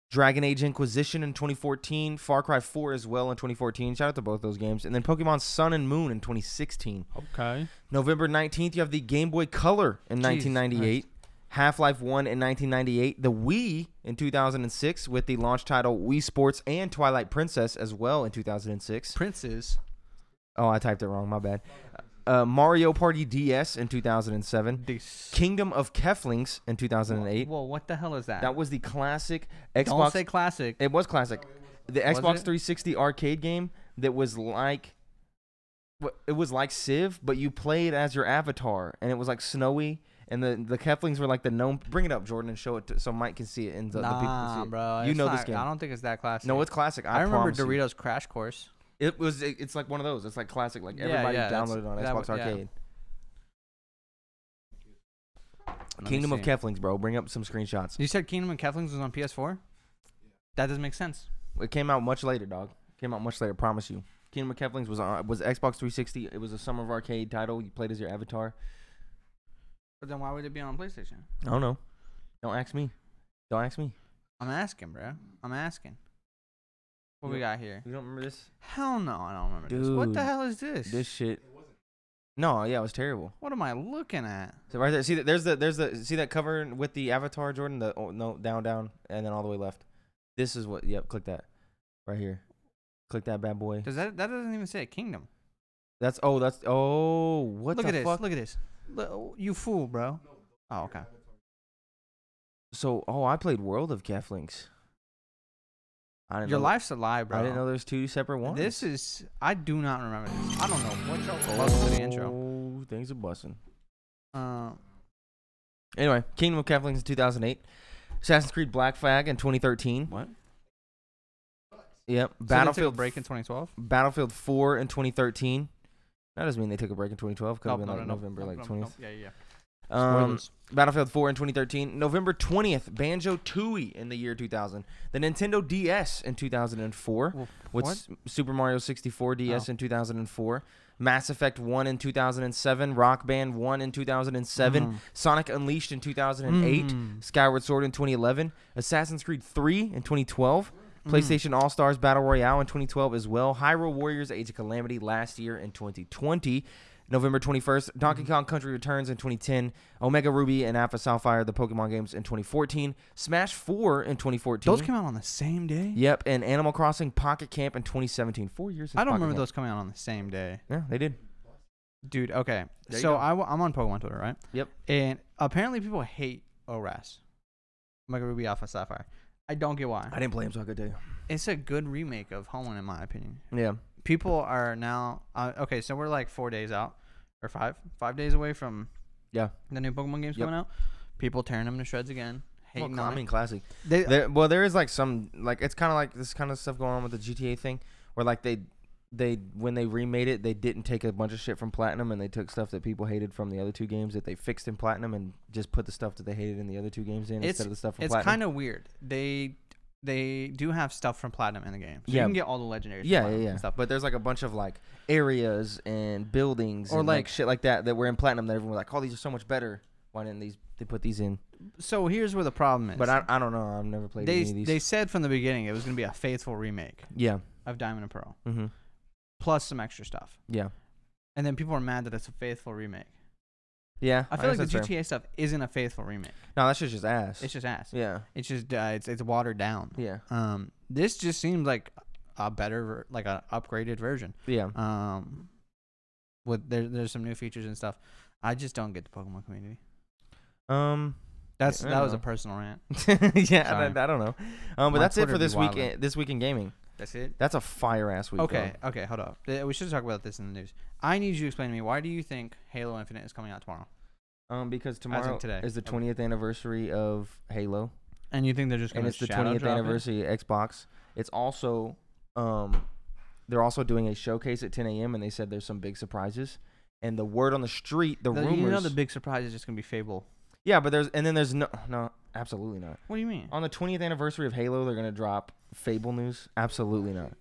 Speaker 1: Dragon Age Inquisition in 2014, Far Cry 4 as well in 2014. Shout out to both those games, and then Pokemon Sun and Moon in 2016.
Speaker 2: okay.
Speaker 1: November 19th, you have the Game Boy Color in
Speaker 2: Jeez,
Speaker 1: 1998, Half Life 1 in 1998, the Wii in 2006 with the launch title Wii Sports and Twilight Princess as well in 2006.
Speaker 2: Princes.
Speaker 1: Oh, I typed it wrong. My bad. Uh, Mario Party DS in 2007, Kingdom of Keflings in 2008.
Speaker 2: Whoa, what the hell is that?
Speaker 1: That was the classic
Speaker 2: Don't
Speaker 1: Xbox.
Speaker 2: say classic.
Speaker 1: it was classic. The
Speaker 2: Was
Speaker 1: Xbox
Speaker 2: it?
Speaker 1: 360 arcade game that was like wha- it was like Civ, but you played as your avatar, and it was like snowy. And the the Keflings were like the gnome. Bring it up, Jordan, and show it to, so Mike can see it and the, the people can see
Speaker 2: nah,
Speaker 1: it.
Speaker 2: bro.
Speaker 1: You
Speaker 2: it's
Speaker 1: know this
Speaker 2: not-
Speaker 1: game.
Speaker 2: I don't think it's that classic.
Speaker 1: No, it's classic. I,
Speaker 2: I remember
Speaker 1: promise you.
Speaker 2: Doritos Crash Course.
Speaker 1: It was. It, it's like one of those. It's like classic. Like
Speaker 2: Yeah,
Speaker 1: everybody
Speaker 2: yeah, that's-
Speaker 1: downloaded on
Speaker 2: that
Speaker 1: Xbox
Speaker 2: w- yeah.
Speaker 1: Arcade.
Speaker 2: Let me
Speaker 1: Kingdom of
Speaker 2: see.
Speaker 1: Keflings, bro. Bring up some screenshots.
Speaker 2: You said Kingdom of Keflings was on PS4. That doesn't make sense.
Speaker 1: It came out much later, dog. Came out much later. Promise you. Kingdom of Keflings was on, was Xbox 360. It was a summer of arcade title. You played as your avatar.
Speaker 2: But then why would it be on PlayStation?
Speaker 1: I don't know. Don't ask me. Don't ask me.
Speaker 2: I'm asking, bro. I'm asking. What we
Speaker 1: You-
Speaker 2: got here?
Speaker 1: You don't remember this?
Speaker 2: Hell no, I don't remember this. What the
Speaker 1: Dude,
Speaker 2: hell is this?
Speaker 1: This shit. No, yeah, it was terrible.
Speaker 2: What am I looking at?
Speaker 1: So right there, see that there's the there's the see that cover with the avatar Jordan. The oh, no down down and then all the way left. This is what. Yep, click that right here. Click that bad boy.
Speaker 2: Does that that doesn't even say Kingdom?
Speaker 1: That's oh that's oh what
Speaker 2: look
Speaker 1: the
Speaker 2: at this.
Speaker 1: fuck?
Speaker 2: Look at this. Look- you fool, bro. Oh, okay.
Speaker 1: So oh I played World of Keflings. I didn't
Speaker 2: Your
Speaker 1: know.
Speaker 2: life's a lie, bro.
Speaker 1: I didn't know there's two separate ones.
Speaker 2: This is. I do not remember this. I don't know what y'all was with the intro.
Speaker 1: Oh, things are busting.
Speaker 2: Uh,
Speaker 1: Anyway, Kingdom of Keflings in 2008, Assassin's Creed Black Flag in 2013.
Speaker 2: what?
Speaker 1: Yep.
Speaker 2: Battlefield
Speaker 1: Battlefield
Speaker 2: break in 2012.
Speaker 1: Battlefield 4 in 2013. That doesn't mean they took a break in 2012.
Speaker 2: Oh,
Speaker 1: Could have been like November,
Speaker 2: nope,
Speaker 1: like
Speaker 2: nope,
Speaker 1: 20th.
Speaker 2: nope. Yeah, yeah. yeah.
Speaker 1: Um,
Speaker 2: Spoilers.
Speaker 1: Battlefield 4 in 2013. November 20th, Banjo Tooie in the year 2000. The Nintendo DS in 2004.
Speaker 2: Well,
Speaker 1: With
Speaker 2: what?
Speaker 1: S- Super Mario 64 DS
Speaker 2: Oh.
Speaker 1: in 2004. Mass Effect 1 in 2007. Rock Band 1 in 2007.
Speaker 2: Mm.
Speaker 1: Sonic Unleashed in 2008.
Speaker 2: Mm.
Speaker 1: Skyward Sword in 2011. Assassin's Creed 3 in 2012.
Speaker 2: Mm.
Speaker 1: PlayStation All Stars Battle Royale in 2012 as well. Hyrule Warriors Age of Calamity last year in 2020. November 21st, Donkey Kong Country Returns in 2010. Omega Ruby and Alpha Sapphire, the Pokemon games in 2014. Smash 4 in 2014.
Speaker 2: Those came out on the same day.
Speaker 1: Yep, and Animal Crossing Pocket Camp in 2017. Four years. since
Speaker 2: I don't
Speaker 1: Pocket
Speaker 2: remember
Speaker 1: Camp.
Speaker 2: those coming out on the same day.
Speaker 1: Yeah, they did.
Speaker 2: Dude, okay.
Speaker 1: There you
Speaker 2: so
Speaker 1: go.
Speaker 2: I, am on Pokemon Twitter, right?
Speaker 1: Yep.
Speaker 2: And apparently people hate ORAS. Omega Ruby Alpha Sapphire. I don't get why.
Speaker 1: I didn't play them, so I could tell you.
Speaker 2: It's a good remake of Hoenn, in my opinion.
Speaker 1: Yeah.
Speaker 2: People are now. Uh, okay, so we're like four days out, or five, five days away from
Speaker 1: Yeah.
Speaker 2: the new Pokemon games
Speaker 1: Yep.
Speaker 2: coming out. People tearing them to shreds again.
Speaker 1: Well,
Speaker 2: Hating
Speaker 1: cl- I
Speaker 2: on
Speaker 1: mean,
Speaker 2: it.
Speaker 1: classic.
Speaker 2: They,
Speaker 1: There, well, there is like some like it's kind of like this kind of stuff going on with the GTA thing, where like they they when they remade it, they didn't take a bunch of shit from Platinum and they took stuff that people hated from the other two games that they fixed in Platinum and just put the stuff that they hated in the other two games in
Speaker 2: It's-
Speaker 1: instead of the stuff from
Speaker 2: it's
Speaker 1: Platinum.
Speaker 2: kind of weird. They they do have stuff from Platinum in the game. So
Speaker 1: Yeah.
Speaker 2: you can get all the legendaries. from
Speaker 1: Yeah, yeah,
Speaker 2: Platinum
Speaker 1: yeah.
Speaker 2: and Stuff.
Speaker 1: But there's like a bunch of like areas and buildings
Speaker 2: Or,
Speaker 1: or like,
Speaker 2: like-
Speaker 1: shit like that that were in platinum that everyone was like, oh, these are so much better. Why didn't these they put these in?
Speaker 2: So here's where the problem is.
Speaker 1: But I, I don't know. I've never played
Speaker 2: they
Speaker 1: any of these.
Speaker 2: they said from the beginning it was going to be a faithful remake
Speaker 1: yeah.
Speaker 2: of Diamond and Pearl
Speaker 1: Mm-hmm.
Speaker 2: plus some extra stuff.
Speaker 1: Yeah.
Speaker 2: And then people are mad that it's a faithful remake.
Speaker 1: Yeah.
Speaker 2: I feel
Speaker 1: guess
Speaker 2: like the
Speaker 1: that's fair.
Speaker 2: GTA stuff isn't a faithful remake.
Speaker 1: No, that shit's just ass.
Speaker 2: It's just ass.
Speaker 1: yeah.
Speaker 2: It's just uh, it's it's watered down.
Speaker 1: Yeah.
Speaker 2: Um, this just seems like a better, ver- like an upgraded version.
Speaker 1: Yeah.
Speaker 2: Um, with there, there's some new features and stuff. I just don't get the Pokemon community. Uh,
Speaker 1: Um.
Speaker 2: That's
Speaker 1: I
Speaker 2: that was a
Speaker 1: dunno.
Speaker 2: personal rant.
Speaker 1: yeah. I,
Speaker 2: Sorry.
Speaker 1: don't- I don't know. Um. But
Speaker 2: My
Speaker 1: that's it
Speaker 2: Twitter
Speaker 1: for
Speaker 2: be
Speaker 1: this week.
Speaker 2: wildin'.
Speaker 1: In, this week in gaming.
Speaker 2: That's it.
Speaker 1: That's a fire ass week.
Speaker 2: Okay, okay, hold up. Th- We should talk about this in the news. I need you to explain to me why do you think Halo Infinite is coming out tomorrow?
Speaker 1: Bro. Um. Because tomorrow
Speaker 2: today.
Speaker 1: is the
Speaker 2: Okay.
Speaker 1: 20th anniversary of Halo.
Speaker 2: And you think they're just going
Speaker 1: and
Speaker 2: to
Speaker 1: it's the 20th anniversary of Xbox. It's also um, they're also doing a showcase at 10 a.m. and they said there's some big surprises. And the word on the street, the, rumors,
Speaker 2: You know the big surprise is just going to be Fable.
Speaker 1: yeah, but there's and then there's no, no, absolutely not.
Speaker 2: What do you mean?
Speaker 1: On the 20th anniversary of Halo, they're gonna drop Fable news. Absolutely not.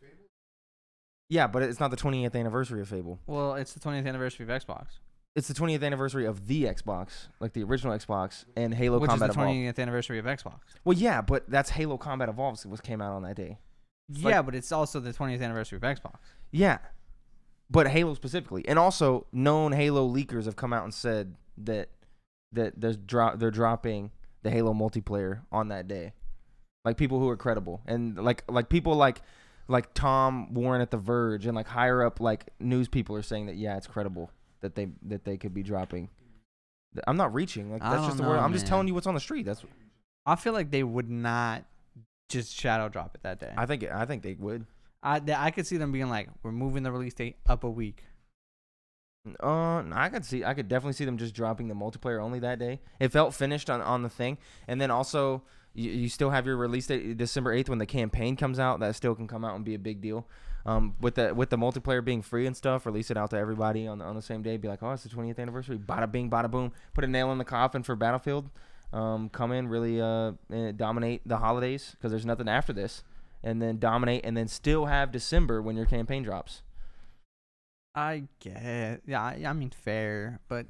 Speaker 1: Yeah, but it's not the 20th anniversary of Fable.
Speaker 2: Well, it's the 20th anniversary of Xbox,
Speaker 1: It's the 20th anniversary of the Xbox, like the original Xbox and Halo
Speaker 2: which is the
Speaker 1: Combat Evolved.
Speaker 2: 20th anniversary of Xbox.
Speaker 1: Well, yeah, but that's Halo Combat Evolved, which came out on that day. like-
Speaker 2: yeah, but it's also the 20th anniversary of Xbox.
Speaker 1: Yeah. But Halo specifically. And also known Halo leakers have come out and said that that there's dro- they're dropping the Halo multiplayer on that day. Like people who are credible. And like like people like like Tom Warren at The Verge and like higher up like news people are saying that yeah, it's credible that they that they could be dropping. Th- I'm not reaching. Like
Speaker 2: I
Speaker 1: that's just
Speaker 2: don't
Speaker 1: the word.
Speaker 2: know,
Speaker 1: I'm just
Speaker 2: man.
Speaker 1: telling you what's on the street. That's
Speaker 2: I feel like they would not just shadow drop it that day.
Speaker 1: I think I think they would.
Speaker 2: I, th- I could see them being like, we're moving the release date up a week.
Speaker 1: Uh, I could see, I could definitely see them just dropping the multiplayer only that day. It felt finished on, on the thing, and then also you, you still have your release date December eighth when the campaign comes out. That still can come out and be a big deal. Um, with the with the multiplayer being free and stuff, release it out to everybody on the on the same day. Be like, oh, it's the twentieth anniversary. Bada bing, bada boom. Put a nail in the coffin for Battlefield. Um, come in really uh eh, dominate the holidays because there's nothing after this, and then dominate, and then still have December when your campaign drops.
Speaker 2: I get, yeah, I, I mean, fair, but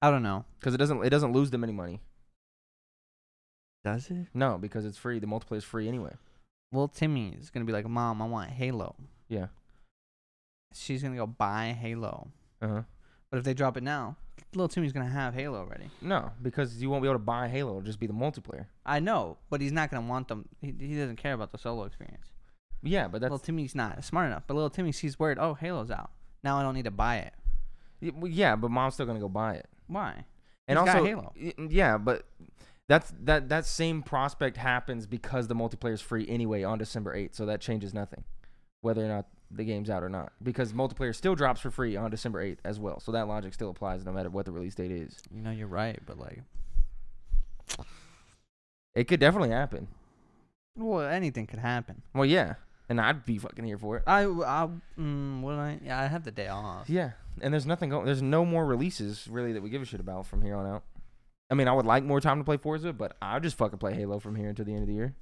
Speaker 2: I don't know.
Speaker 1: Because it doesn't it doesn't lose them any money.
Speaker 2: Does it?
Speaker 1: No, because it's free. The multiplayer is free anyway.
Speaker 2: Well, Timmy is gonna be like, Mom, I want Halo.
Speaker 1: Yeah.
Speaker 2: She's gonna go buy Halo.
Speaker 1: Uh huh.
Speaker 2: But if they drop it now, little Timmy's gonna have Halo already.
Speaker 1: No, because you won't be able to buy Halo. It'll just be the multiplayer.
Speaker 2: I know, but he's not gonna want them. He, he doesn't care about the solo experience.
Speaker 1: Yeah, but that's
Speaker 2: little Timmy's not smart enough. But little Timmy sees word, oh, Halo's out. Now I don't need to buy it.
Speaker 1: y- well, yeah. But mom's still gonna go buy it.
Speaker 2: Why?
Speaker 1: And
Speaker 2: He's got
Speaker 1: also,
Speaker 2: Halo.
Speaker 1: y- yeah, but that's that that same prospect happens because the multiplayer is free anyway on December eighth. So that changes nothing, whether or not the game's out or not, because multiplayer still drops for free on December eighth as well. So that logic still applies no matter what the release date is.
Speaker 2: You know, you're right, but like,
Speaker 1: It could definitely happen.
Speaker 2: well, anything could happen.
Speaker 1: Well, yeah, and I'd be fucking here for it.
Speaker 2: I, I, mm, what did I? Yeah, I have the day off.
Speaker 1: Yeah, and there's nothing going. There's no more releases really that we give a shit about from here on out. I mean, I would like more time to play Forza, but I'll just fucking play Halo from here until the end of the year.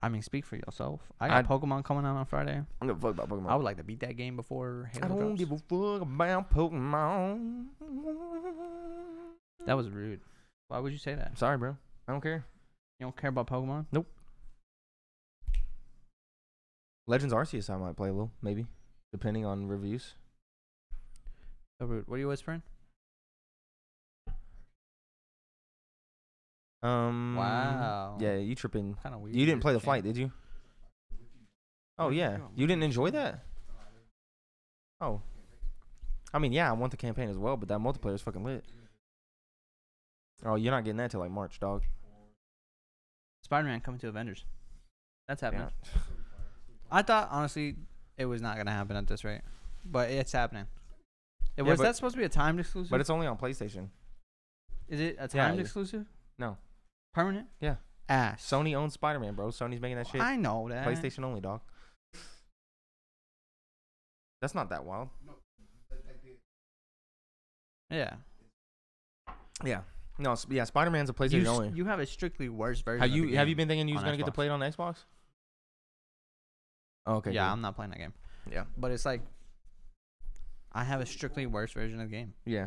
Speaker 2: I mean, speak for yourself. I got
Speaker 1: I'd-
Speaker 2: Pokemon coming out on Friday.
Speaker 1: I'm gonna fuck about Pokemon.
Speaker 2: I would like to beat that game before Halo
Speaker 1: I don't
Speaker 2: drops.
Speaker 1: give a fuck about Pokemon.
Speaker 2: That was rude. Why would you say that?
Speaker 1: I'm sorry, bro. I don't care.
Speaker 2: You don't care about Pokemon?
Speaker 1: Legends Arceus, I might play a little, maybe, depending on reviews.
Speaker 2: So rude. What are you whispering?
Speaker 1: Um.
Speaker 2: Wow.
Speaker 1: Yeah, you tripping.
Speaker 2: Kind of weird.
Speaker 1: You didn't play the flight, did you? Oh yeah,
Speaker 2: Yeah, yeah.
Speaker 1: you didn't enjoy that. Oh, I mean, yeah, I want the campaign as well, but that multiplayer is fucking lit. Oh, you're not getting that till like March, dog.
Speaker 2: Spider-Man coming to Avengers. That's happening.
Speaker 1: Yeah.
Speaker 2: I thought honestly it was not gonna happen at this rate, but it's happening. It
Speaker 1: Yeah,
Speaker 2: was
Speaker 1: but-
Speaker 2: that supposed to be a timed exclusive?
Speaker 1: But it's only on PlayStation.
Speaker 2: is it a
Speaker 1: yeah,
Speaker 2: timed
Speaker 1: it is.
Speaker 2: exclusive?
Speaker 1: No.
Speaker 2: Permanent?
Speaker 1: Yeah.
Speaker 2: Ass.
Speaker 1: Sony owns Spider-Man, bro. Sony's making that shit
Speaker 2: I know that.
Speaker 1: PlayStation only, dog. That's not that wild.
Speaker 2: Yeah.
Speaker 1: Yeah. No, s- yeah, Spider Man's a PlayStation
Speaker 2: You,
Speaker 1: only.
Speaker 2: s- you have a strictly worse version.
Speaker 1: have
Speaker 2: of
Speaker 1: you
Speaker 2: the
Speaker 1: have you
Speaker 2: game.
Speaker 1: been thinking you was
Speaker 2: on
Speaker 1: gonna get to
Speaker 2: Xbox.
Speaker 1: play it on Xbox? Oh, okay.
Speaker 2: yeah,
Speaker 1: good.
Speaker 2: I'm not playing that game.
Speaker 1: Yeah.
Speaker 2: But it's like, I have a strictly worse version of the game.
Speaker 1: yeah.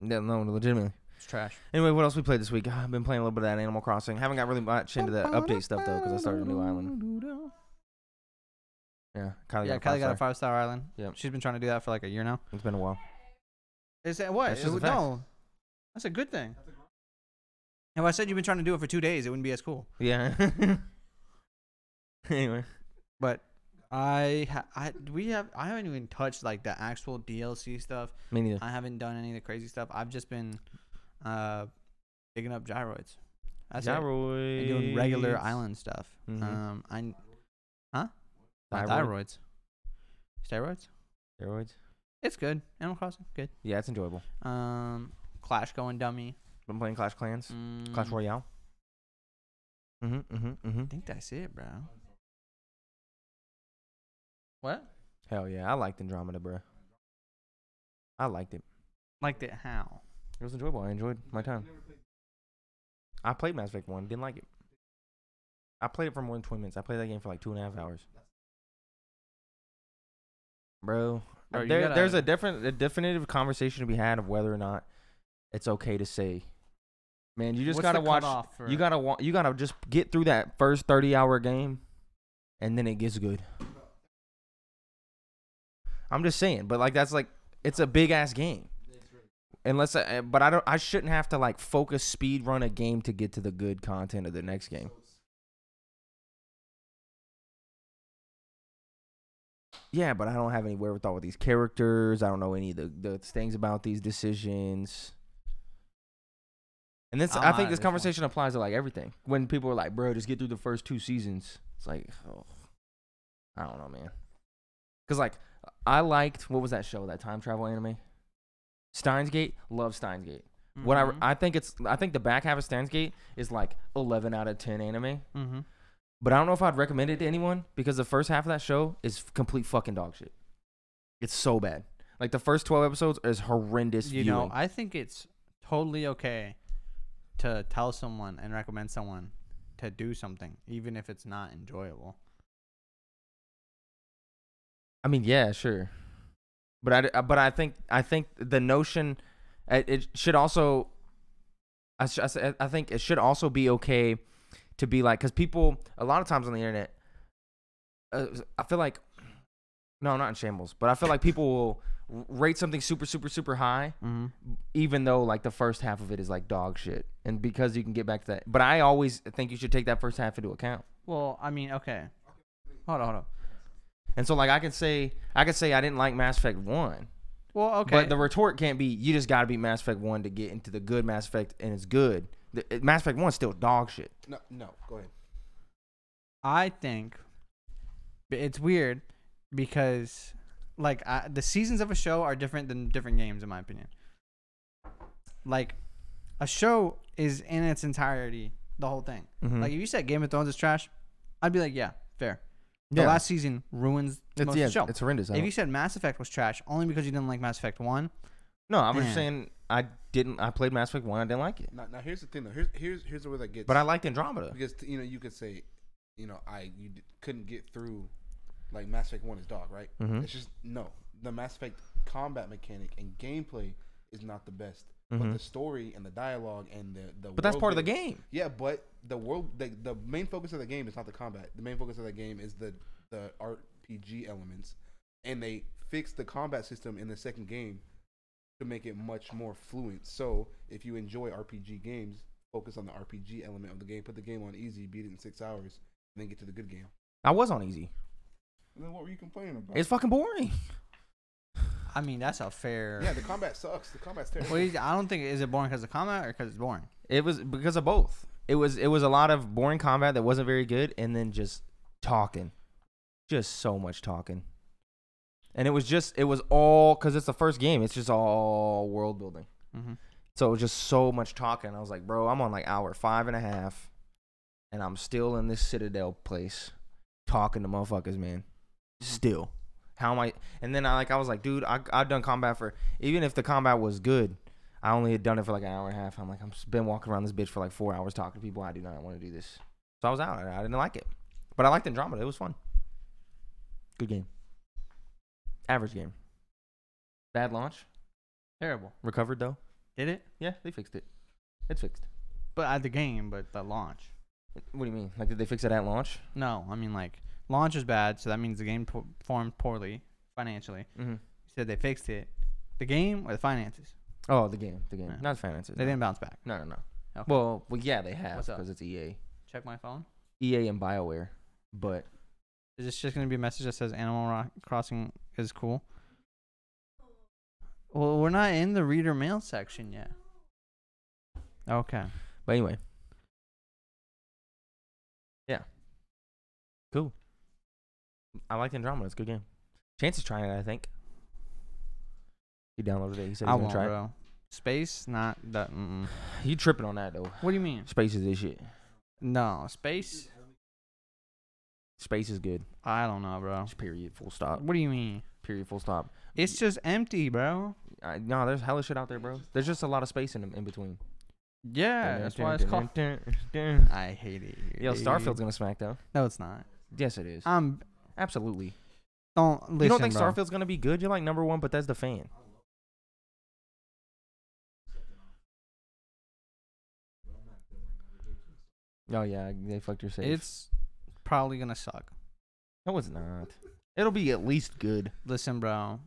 Speaker 1: No, no, legitimately.
Speaker 2: It's trash.
Speaker 1: Anyway, what else we played this week? I've been playing a little bit of that Animal Crossing. Haven't got really much into the update stuff though, because I started a new island. Yeah, Kylie
Speaker 2: Yeah,
Speaker 1: got, a
Speaker 2: Kylie got a
Speaker 1: five.
Speaker 2: five star island.
Speaker 1: Yep.
Speaker 2: She's been trying to do that for like a year now.
Speaker 1: star. It's been a while.
Speaker 2: Is that what?
Speaker 1: That's just
Speaker 2: It-
Speaker 1: a fact.
Speaker 2: no, that's a good thing. If I said you've been trying to do it for two days, it wouldn't be as cool.
Speaker 1: Yeah. anyway,
Speaker 2: But I, ha- I, do we have, I haven't even touched like the actual DLC stuff.
Speaker 1: me neither.
Speaker 2: I haven't done any of the crazy stuff. I've just been, uh, digging up gyroids. That's it.
Speaker 1: Gyroids.
Speaker 2: and doing regular island stuff.
Speaker 1: Mhm.
Speaker 2: Um, I, n- huh? My
Speaker 1: Thyroid.
Speaker 2: thyroids, steroids.
Speaker 1: Steroids.
Speaker 2: It's good. Animal Crossing, good.
Speaker 1: Yeah, it's enjoyable.
Speaker 2: Um, Clash going dummy.
Speaker 1: Been playing Clash Clans, Clash
Speaker 2: Mm,
Speaker 1: Royale. Mhm, mhm,
Speaker 2: I
Speaker 1: mhm.
Speaker 2: think that's it, bro. What?
Speaker 1: Hell yeah, I liked Andromeda, bro. I liked it.
Speaker 2: Like the how?
Speaker 1: It was enjoyable. I enjoyed my time. I played Mass Effect One. Didn't like it. I played it for more than twenty minutes. I played that game for like two and a half hours. Bro,
Speaker 2: Bro, you
Speaker 1: there, there's
Speaker 2: gotta-
Speaker 1: a different, a definitive conversation to be had of whether or not it's okay to say. Man, you just
Speaker 2: What's
Speaker 1: gotta
Speaker 2: the
Speaker 1: watch.
Speaker 2: cutoff for-
Speaker 1: You gotta wa- you gotta just get through that first thirty hour game, and then it gets good. I'm just saying, but like that's like it's a big ass game. Unless, I, but I don't. I shouldn't have to like focus speed run a game to get to the good content of the next game. Yeah, but I don't have any wherewithal with these characters. I don't know any of the, the things about these decisions. And this,
Speaker 2: I'm
Speaker 1: i
Speaker 2: out
Speaker 1: think
Speaker 2: of
Speaker 1: this
Speaker 2: this one.
Speaker 1: conversation applies to like everything. When people are like, "Bro, just get through the first two seasons," it's like, oh, I don't know, man. Because like, I liked what was that show? That time travel anime, Steins Gate. Love Steins Gate. What I
Speaker 2: Mm-hmm,
Speaker 1: I think it's I think the back half of Steins Gate is like eleven out of ten anime.
Speaker 2: mm-hmm.
Speaker 1: But I don't know if I'd recommend it to anyone because the first half of that show is f- complete fucking dog shit. It's so bad. Like the first twelve episodes is horrendous.
Speaker 2: you
Speaker 1: viewing.
Speaker 2: know, I think it's totally okay to tell someone and recommend someone to do something, even if it's not enjoyable.
Speaker 1: I mean, yeah, sure, but I, d- uh, but I think I think the notion it, it should also I, sh- I s- I think it should also be okay to be like because people a lot of times on the internet uh, I feel like no not in shambles but I feel like people will r- rate something super super super high
Speaker 2: Mm-hmm.
Speaker 1: even though like the first half of it is like dog shit and because you can get back to that but I always think you should take that first half into account.
Speaker 2: Well, I mean, okay. Hold on, hold on.
Speaker 1: And so, like, I could say, I could say I didn't like Mass Effect One,
Speaker 2: Well, okay.
Speaker 1: But the retort can't be you just got to beat Mass Effect One to get into the good Mass Effect, and it's good. The, it- Mass Effect One's still dog shit.
Speaker 3: No, no, go ahead.
Speaker 2: I think b- it's weird because like I, the seasons of a show are different than different games in my opinion. Like a show is in its entirety the whole thing.
Speaker 1: Mhm.
Speaker 2: Like if you said Game of Thrones is trash, I'd be like, yeah, fair. The
Speaker 1: Yeah.
Speaker 2: last season ruins
Speaker 1: It's
Speaker 2: most
Speaker 1: yeah,
Speaker 2: of the show.
Speaker 1: it's horrendous. I
Speaker 2: if
Speaker 1: don't-
Speaker 2: you said Mass Effect was trash only because you didn't like Mass Effect 1,
Speaker 1: no, I'm just
Speaker 2: Man.
Speaker 1: saying I didn't. I played Mass Effect One. I didn't like it,
Speaker 3: Now, now here's the thing though. Here's here's here's where that gets.
Speaker 1: but I liked Andromeda.
Speaker 3: because you know you could say, you know, I you d- couldn't get through, like Mass Effect One is dog, right?
Speaker 1: Mhm.
Speaker 3: It's just no. The Mass Effect combat mechanic and gameplay is not the best,
Speaker 1: Mhm.
Speaker 3: but the story and the dialogue and the the.
Speaker 1: But that's
Speaker 3: world
Speaker 1: part of the
Speaker 3: build-
Speaker 1: game.
Speaker 3: Yeah, but the world, the, the main focus of the game is not the combat. The main focus of the game is the the RPG elements, and they fixed the combat system in the second game to make it much more fluent. So if you enjoy RPG games, focus on the RPG element of the game. Put the game on easy, beat it in six hours, and then get to the good game.
Speaker 1: I was on easy.
Speaker 3: And then what were you complaining
Speaker 2: Oh.
Speaker 3: about?
Speaker 1: It's fucking boring.
Speaker 2: I mean, that's a fair.
Speaker 3: yeah, the combat sucks. The combat's
Speaker 2: Well,
Speaker 3: terrible.
Speaker 2: you- I don't think is it boring because of combat or because it's boring.
Speaker 1: It was because of both. It was it was a lot of boring combat that wasn't very good, and then just talking, just so much talking. And it was just it was all because it's the first game. It's just all world building.
Speaker 2: Mm-hmm.
Speaker 1: So it was just so much talking. I was like, bro, I'm on like hour five and a half, and I'm still in this Citadel place talking to motherfuckers, man. Still. How am I? And then I like I was like, dude, I I've done combat for even if the combat was good, I only had done it for like an hour and a half. I'm like, I'm just been walking around this bitch for like four hours talking to people. I do not want to do this. So I was out. I I didn't like it, but I liked Andromeda. It was fun. Good game. Average game. Bad launch.
Speaker 2: Terrible.
Speaker 1: Recovered though.
Speaker 2: Did it?
Speaker 1: Yeah, they fixed it. It's fixed.
Speaker 2: But at the game, but the launch.
Speaker 1: What do you mean? Like, did they fix it at launch?
Speaker 2: No, I mean like launch is bad, so that means the game po- performed poorly financially.
Speaker 1: Mm-hmm.
Speaker 2: You said they fixed it. The game or the finances?
Speaker 1: Oh, the game. The game.
Speaker 2: Yeah.
Speaker 1: Not the finances.
Speaker 2: They
Speaker 1: no.
Speaker 2: didn't bounce back.
Speaker 1: No, no, no.
Speaker 2: Okay.
Speaker 1: Well, well, yeah, they have
Speaker 2: What's up?
Speaker 1: because it's E EA,
Speaker 2: Check my phone.
Speaker 1: EA and Bioware. But
Speaker 2: Is this just gonna be a message that says Animal Ro- Crossing is cool? Well, we're not in the reader mail section yet. Okay.
Speaker 1: but anyway, yeah, cool. I liked Andromeda. It's a good game. Chance is trying it. I think he downloaded it. He said
Speaker 2: I
Speaker 1: he's gonna
Speaker 2: won't,
Speaker 1: try
Speaker 2: bro. Space, not the. Mm-mm.
Speaker 1: it. You tripping on that though?
Speaker 2: What do you mean?
Speaker 1: Space is this shit.
Speaker 2: No, space.
Speaker 1: Space is good.
Speaker 2: I don't know, bro.
Speaker 1: Just period. Full stop.
Speaker 2: What do you mean?
Speaker 1: Period. Full stop.
Speaker 2: It's just empty, bro.
Speaker 1: I, no, there's hella shit out there, bro. There's just a lot of space in in between.
Speaker 2: Yeah, that's why it's called.
Speaker 1: Yo,
Speaker 2: I hate it. Here, dude.
Speaker 1: Starfield's gonna smack though.
Speaker 2: No, it's not.
Speaker 1: Yes, it is.
Speaker 2: I'm.
Speaker 1: Absolutely.
Speaker 2: Don't Uh, listen.
Speaker 1: you don't think
Speaker 2: bro.
Speaker 1: Starfield's gonna be good? You're like number one, but that's the fan. Oh yeah, they fucked your safe.
Speaker 2: It's probably gonna suck.
Speaker 1: no, it's not. It'll be at least good,
Speaker 2: Listen, bro.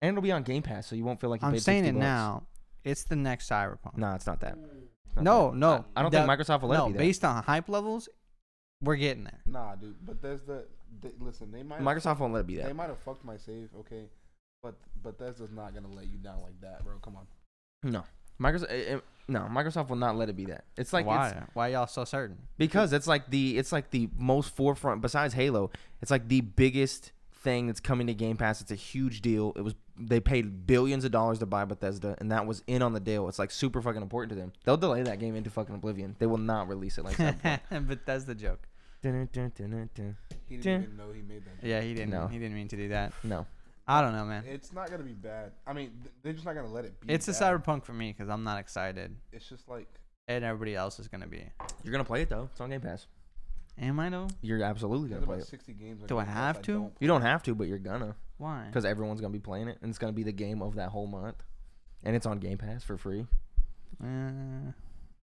Speaker 1: and it'll be on Game Pass, so you won't feel like you
Speaker 2: I'm
Speaker 1: paid
Speaker 2: saying
Speaker 1: 60
Speaker 2: it
Speaker 1: bucks.
Speaker 2: now. It's the next Cyberpunk.
Speaker 1: Nah, it's not that. It's not
Speaker 2: No,
Speaker 1: that.
Speaker 2: no.
Speaker 1: I, I don't
Speaker 2: that-
Speaker 1: think Microsoft will let
Speaker 2: no,
Speaker 1: it be that.
Speaker 2: based on hype levels, we're getting there.
Speaker 3: Nah, dude. But there's the they, listen. They might
Speaker 1: Microsoft won't let it be
Speaker 3: They
Speaker 1: that.
Speaker 3: might have fucked my save, okay, but Bethesda's not gonna let you down like that, bro. Come on.
Speaker 1: No, Microsoft. eh, eh, no, Microsoft will not let it be that. It's like
Speaker 2: why?
Speaker 1: It's,
Speaker 2: why y'all so certain?
Speaker 1: because it's like the it's like the most forefront besides Halo. It's like the biggest thing that's coming to Game Pass. It's a huge deal. It was they paid billions of dollars to buy Bethesda, and that was in on the deal. It's like super fucking important to them. They'll delay that game into fucking oblivion. They will not release it like that.
Speaker 2: but that's the joke.
Speaker 3: He didn't
Speaker 1: Dun.
Speaker 3: even know he made that.
Speaker 2: Yeah, he didn't.
Speaker 1: No.
Speaker 2: He didn't mean to do that.
Speaker 1: no,
Speaker 2: I don't know, man.
Speaker 3: It's not gonna be bad. I mean, th- they're just not gonna let it be.
Speaker 2: It's a
Speaker 3: bad.
Speaker 2: cyberpunk for me because I'm not excited,
Speaker 3: It's just like
Speaker 2: and everybody else is gonna be.
Speaker 1: you're gonna play it though. It's on Game Pass.
Speaker 2: Am I though?
Speaker 1: You're absolutely
Speaker 3: there's
Speaker 1: gonna play
Speaker 3: about
Speaker 1: it.
Speaker 3: sixty games. on
Speaker 2: Do I
Speaker 3: Game Pass
Speaker 2: have to?
Speaker 3: don't
Speaker 1: You don't have to, but you're gonna
Speaker 2: Why?
Speaker 1: because everyone's gonna be playing it, and it's gonna be the game of that whole month, and it's on Game Pass for free.
Speaker 2: Uh,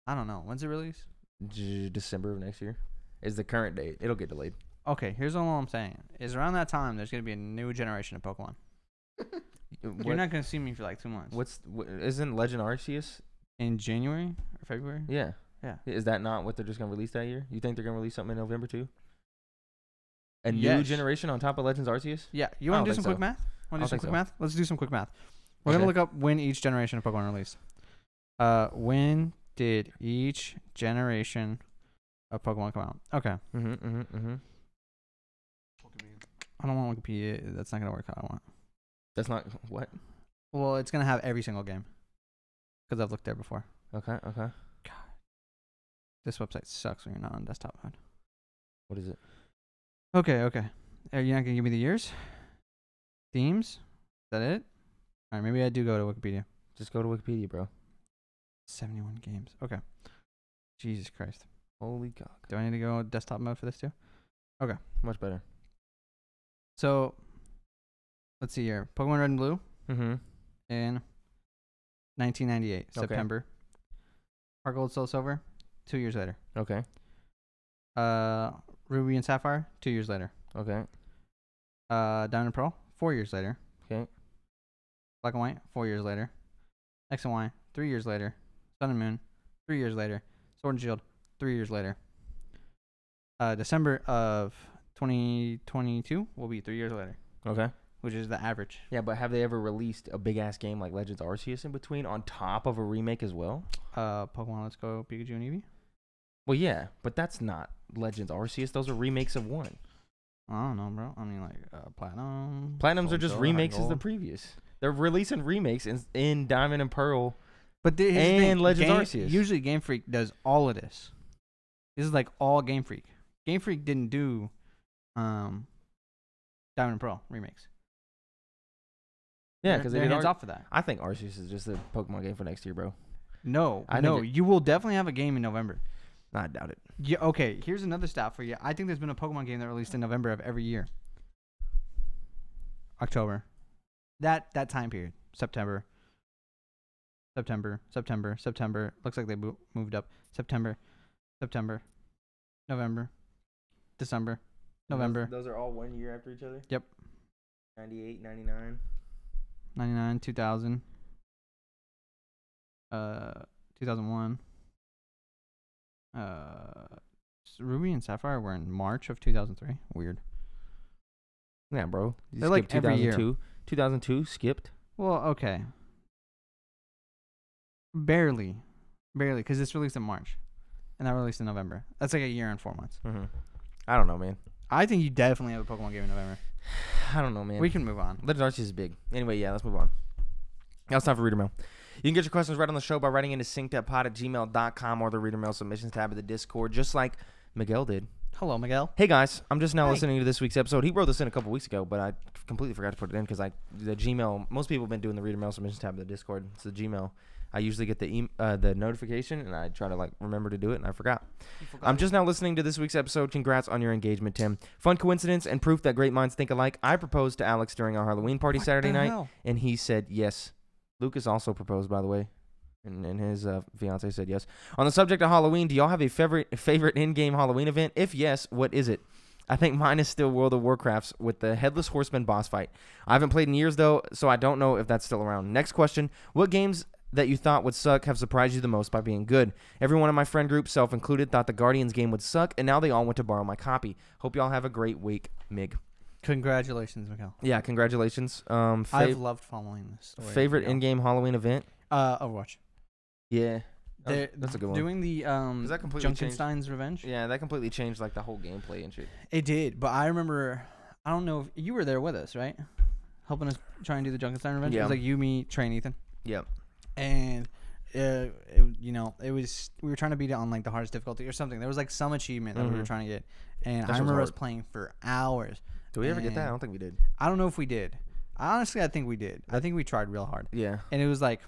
Speaker 2: I don't know. When's it released?
Speaker 1: J- December of next year is the current date. It'll get delayed.
Speaker 2: Okay, here's all I'm saying. Is around that time there's gonna be a new generation of Pokemon.
Speaker 1: What-
Speaker 2: You're not gonna see me for like two months.
Speaker 1: What's wh- isn't Legend Arceus?
Speaker 2: in January or February?
Speaker 1: Yeah,
Speaker 2: Yeah.
Speaker 1: Is that not what they're just gonna release that year? You think they're gonna release something in November too? A new
Speaker 2: Yes.
Speaker 1: generation on top of Legends Arceus?
Speaker 2: Yeah. You
Speaker 1: I
Speaker 2: want
Speaker 1: don't
Speaker 2: to
Speaker 1: think
Speaker 2: do some
Speaker 1: so.
Speaker 2: quick math? Want
Speaker 1: I
Speaker 2: to
Speaker 1: don't
Speaker 2: do some
Speaker 1: think
Speaker 2: quick
Speaker 1: so.
Speaker 2: math? Let's do some quick math. We're gonna
Speaker 1: Okay.
Speaker 2: look up when each generation of Pokemon released. Uh, when did each generation of Pokemon come out? Okay.
Speaker 1: Mm-hmm, mm-hmm, mm-hmm.
Speaker 3: fucking mean.
Speaker 2: I don't want Wikipedia. That's not gonna work how I want.
Speaker 1: That's not what.
Speaker 2: Well, it's gonna have every single game. Because I've looked there before.
Speaker 1: Okay, okay.
Speaker 2: This website sucks when you're not on desktop mode.
Speaker 1: What is it?
Speaker 2: Okay, okay. Are you not gonna give me the years? Themes? Is that it? All right, maybe I do go to Wikipedia.
Speaker 1: Just go to Wikipedia, bro.
Speaker 2: Seventy-one games. Okay. Jesus Christ.
Speaker 1: Holy cock!
Speaker 2: Do I need to go desktop mode for this too?
Speaker 1: Much better.
Speaker 2: So, let's see here. Pokemon Red and Blue
Speaker 1: Mm-hmm.
Speaker 2: in 1998,
Speaker 1: Okay.
Speaker 2: September. Heart Gold, Soul Silver, two years later.
Speaker 1: Okay,
Speaker 2: Uh, Ruby and Sapphire, two years later.
Speaker 1: okay,
Speaker 2: Uh, Diamond and Pearl, four years later.
Speaker 1: okay.
Speaker 2: Black and White, four years later. X and Y, three years later. Sun and Moon, three years later. Sword and Shield, three years later. Uh, December of 2022 will be three years later,
Speaker 1: Okay.
Speaker 2: which is the average.
Speaker 1: Yeah, but have they ever released a big ass game like Legends Arceus in between on top of a remake as well?
Speaker 2: Uh, Pokemon Let's Go, Pikachu and Eevee.
Speaker 1: Well, yeah, but that's not Legends Arceus. Those are remakes of one.
Speaker 2: I don't know, bro. I mean, like uh, Platinum.
Speaker 1: Platinums are
Speaker 2: Gold,
Speaker 1: just
Speaker 2: Silver,
Speaker 1: remakes as the
Speaker 2: Gold.
Speaker 1: previous. They're releasing remakes in, in Diamond and Pearl.
Speaker 2: but the, here's the thing,
Speaker 1: and Legends
Speaker 2: Game-
Speaker 1: Arceus.
Speaker 2: Usually, Game Freak does all of this. This is like all Game Freak. Game Freak didn't do, um, Diamond and Pearl remakes.
Speaker 1: Yeah,
Speaker 2: They're-
Speaker 1: because
Speaker 2: they're
Speaker 1: they did
Speaker 2: hands
Speaker 1: Ar-
Speaker 2: off of that.
Speaker 1: I think Arceus is just a Pokemon game for next year, bro.
Speaker 2: No,
Speaker 1: I think
Speaker 2: no,
Speaker 1: it-
Speaker 2: you will definitely have a game in November.
Speaker 1: I doubt it.
Speaker 2: Yeah, okay, here's another stat for you. I think there's been a Pokemon game that released in November of every year. October. That that time period. September. September, September, September. Looks like they mo- moved up. September, September, November, December, November,
Speaker 1: Those, are all one year after each other.
Speaker 2: Yep.
Speaker 1: 98, 99.
Speaker 2: 99, 2000, uh, 2001. Uh, s- Ruby and Sapphire were in March of 2003. Weird.
Speaker 1: Yeah, bro. You
Speaker 2: They're, like,
Speaker 1: skipped
Speaker 2: every year.
Speaker 1: 2002. 2002 skipped.
Speaker 2: Well, okay. Barely. Barely, because it's released in March. And that released in November. That's like a year and four months.
Speaker 1: Mm-hmm. I don't know, man.
Speaker 2: I think you definitely have a Pokemon game in November.
Speaker 1: I don't know, man.
Speaker 2: We can move on.
Speaker 1: Legendary Arceus is big. Anyway, yeah, let's move on. Now it's time for reader mail. You can get your questions right on the show by writing into syncedupod at gmail.com or the reader mail submissions tab of the Discord, just like Miguel did.
Speaker 2: Hello, Miguel.
Speaker 1: Hey guys, I'm just now
Speaker 2: Hi.
Speaker 1: listening to this week's episode. He wrote this in a couple weeks ago, but I completely forgot to put it in because I the Gmail. Most people have been doing the reader mail submissions tab of the Discord. It's the Gmail. I usually get the e- uh, the notification and I try to like remember to do it and I forgot. I'm just now listening to this week's episode. Congrats on your engagement, Tim. Fun coincidence and proof that great minds think alike. I proposed to Alex during our Halloween party Saturday night, and he said yes. Lucas also proposed, by the way, and, and his uh, fiance said yes. On the subject of Halloween, do y'all have a favorite favorite in-game Halloween event? If yes, what is it? I think mine is still World of Warcraft's with the Headless Horseman boss fight. I haven't played in years though, so I don't know if that's still around. Next question: What games that you thought would suck have surprised you the most by being good? Everyone in my friend group, self included, thought the Guardians game would suck, and now they all went to borrow my copy. Hope y'all have a great week, Mig.
Speaker 2: Congratulations, Miguel.
Speaker 1: Yeah, congratulations. Um, fa-
Speaker 2: I've loved following this story.
Speaker 1: favorite
Speaker 2: Miguel.
Speaker 1: in-game Halloween event?
Speaker 2: Uh, Overwatch.
Speaker 1: Yeah, That was-
Speaker 2: They're
Speaker 1: that's a good one.
Speaker 2: Doing the um,
Speaker 1: Does that completely change-
Speaker 2: Junkenstein's Revenge.
Speaker 1: yeah, that completely changed like the whole gameplay and shit.
Speaker 2: It did, but I remember. I don't know if you were there with us, right? Helping us try and do the Junkenstein Revenge. It
Speaker 1: Yeah.
Speaker 2: was like you, me, Trey, and Ethan.
Speaker 1: Yep.
Speaker 2: And uh, it, you know, it was we were trying to beat it on like the hardest difficulty or something. There was like some achievement that we were
Speaker 1: Mhm.
Speaker 2: trying to get, and
Speaker 1: That
Speaker 2: I
Speaker 1: shit was
Speaker 2: remember us
Speaker 1: hard.
Speaker 2: playing for hours.
Speaker 1: Did we ever get that? I
Speaker 2: And-
Speaker 1: don't think we did.
Speaker 2: I don't know if we did. Honestly, I think we did. I think we tried real hard,
Speaker 1: Yeah.
Speaker 2: and it was like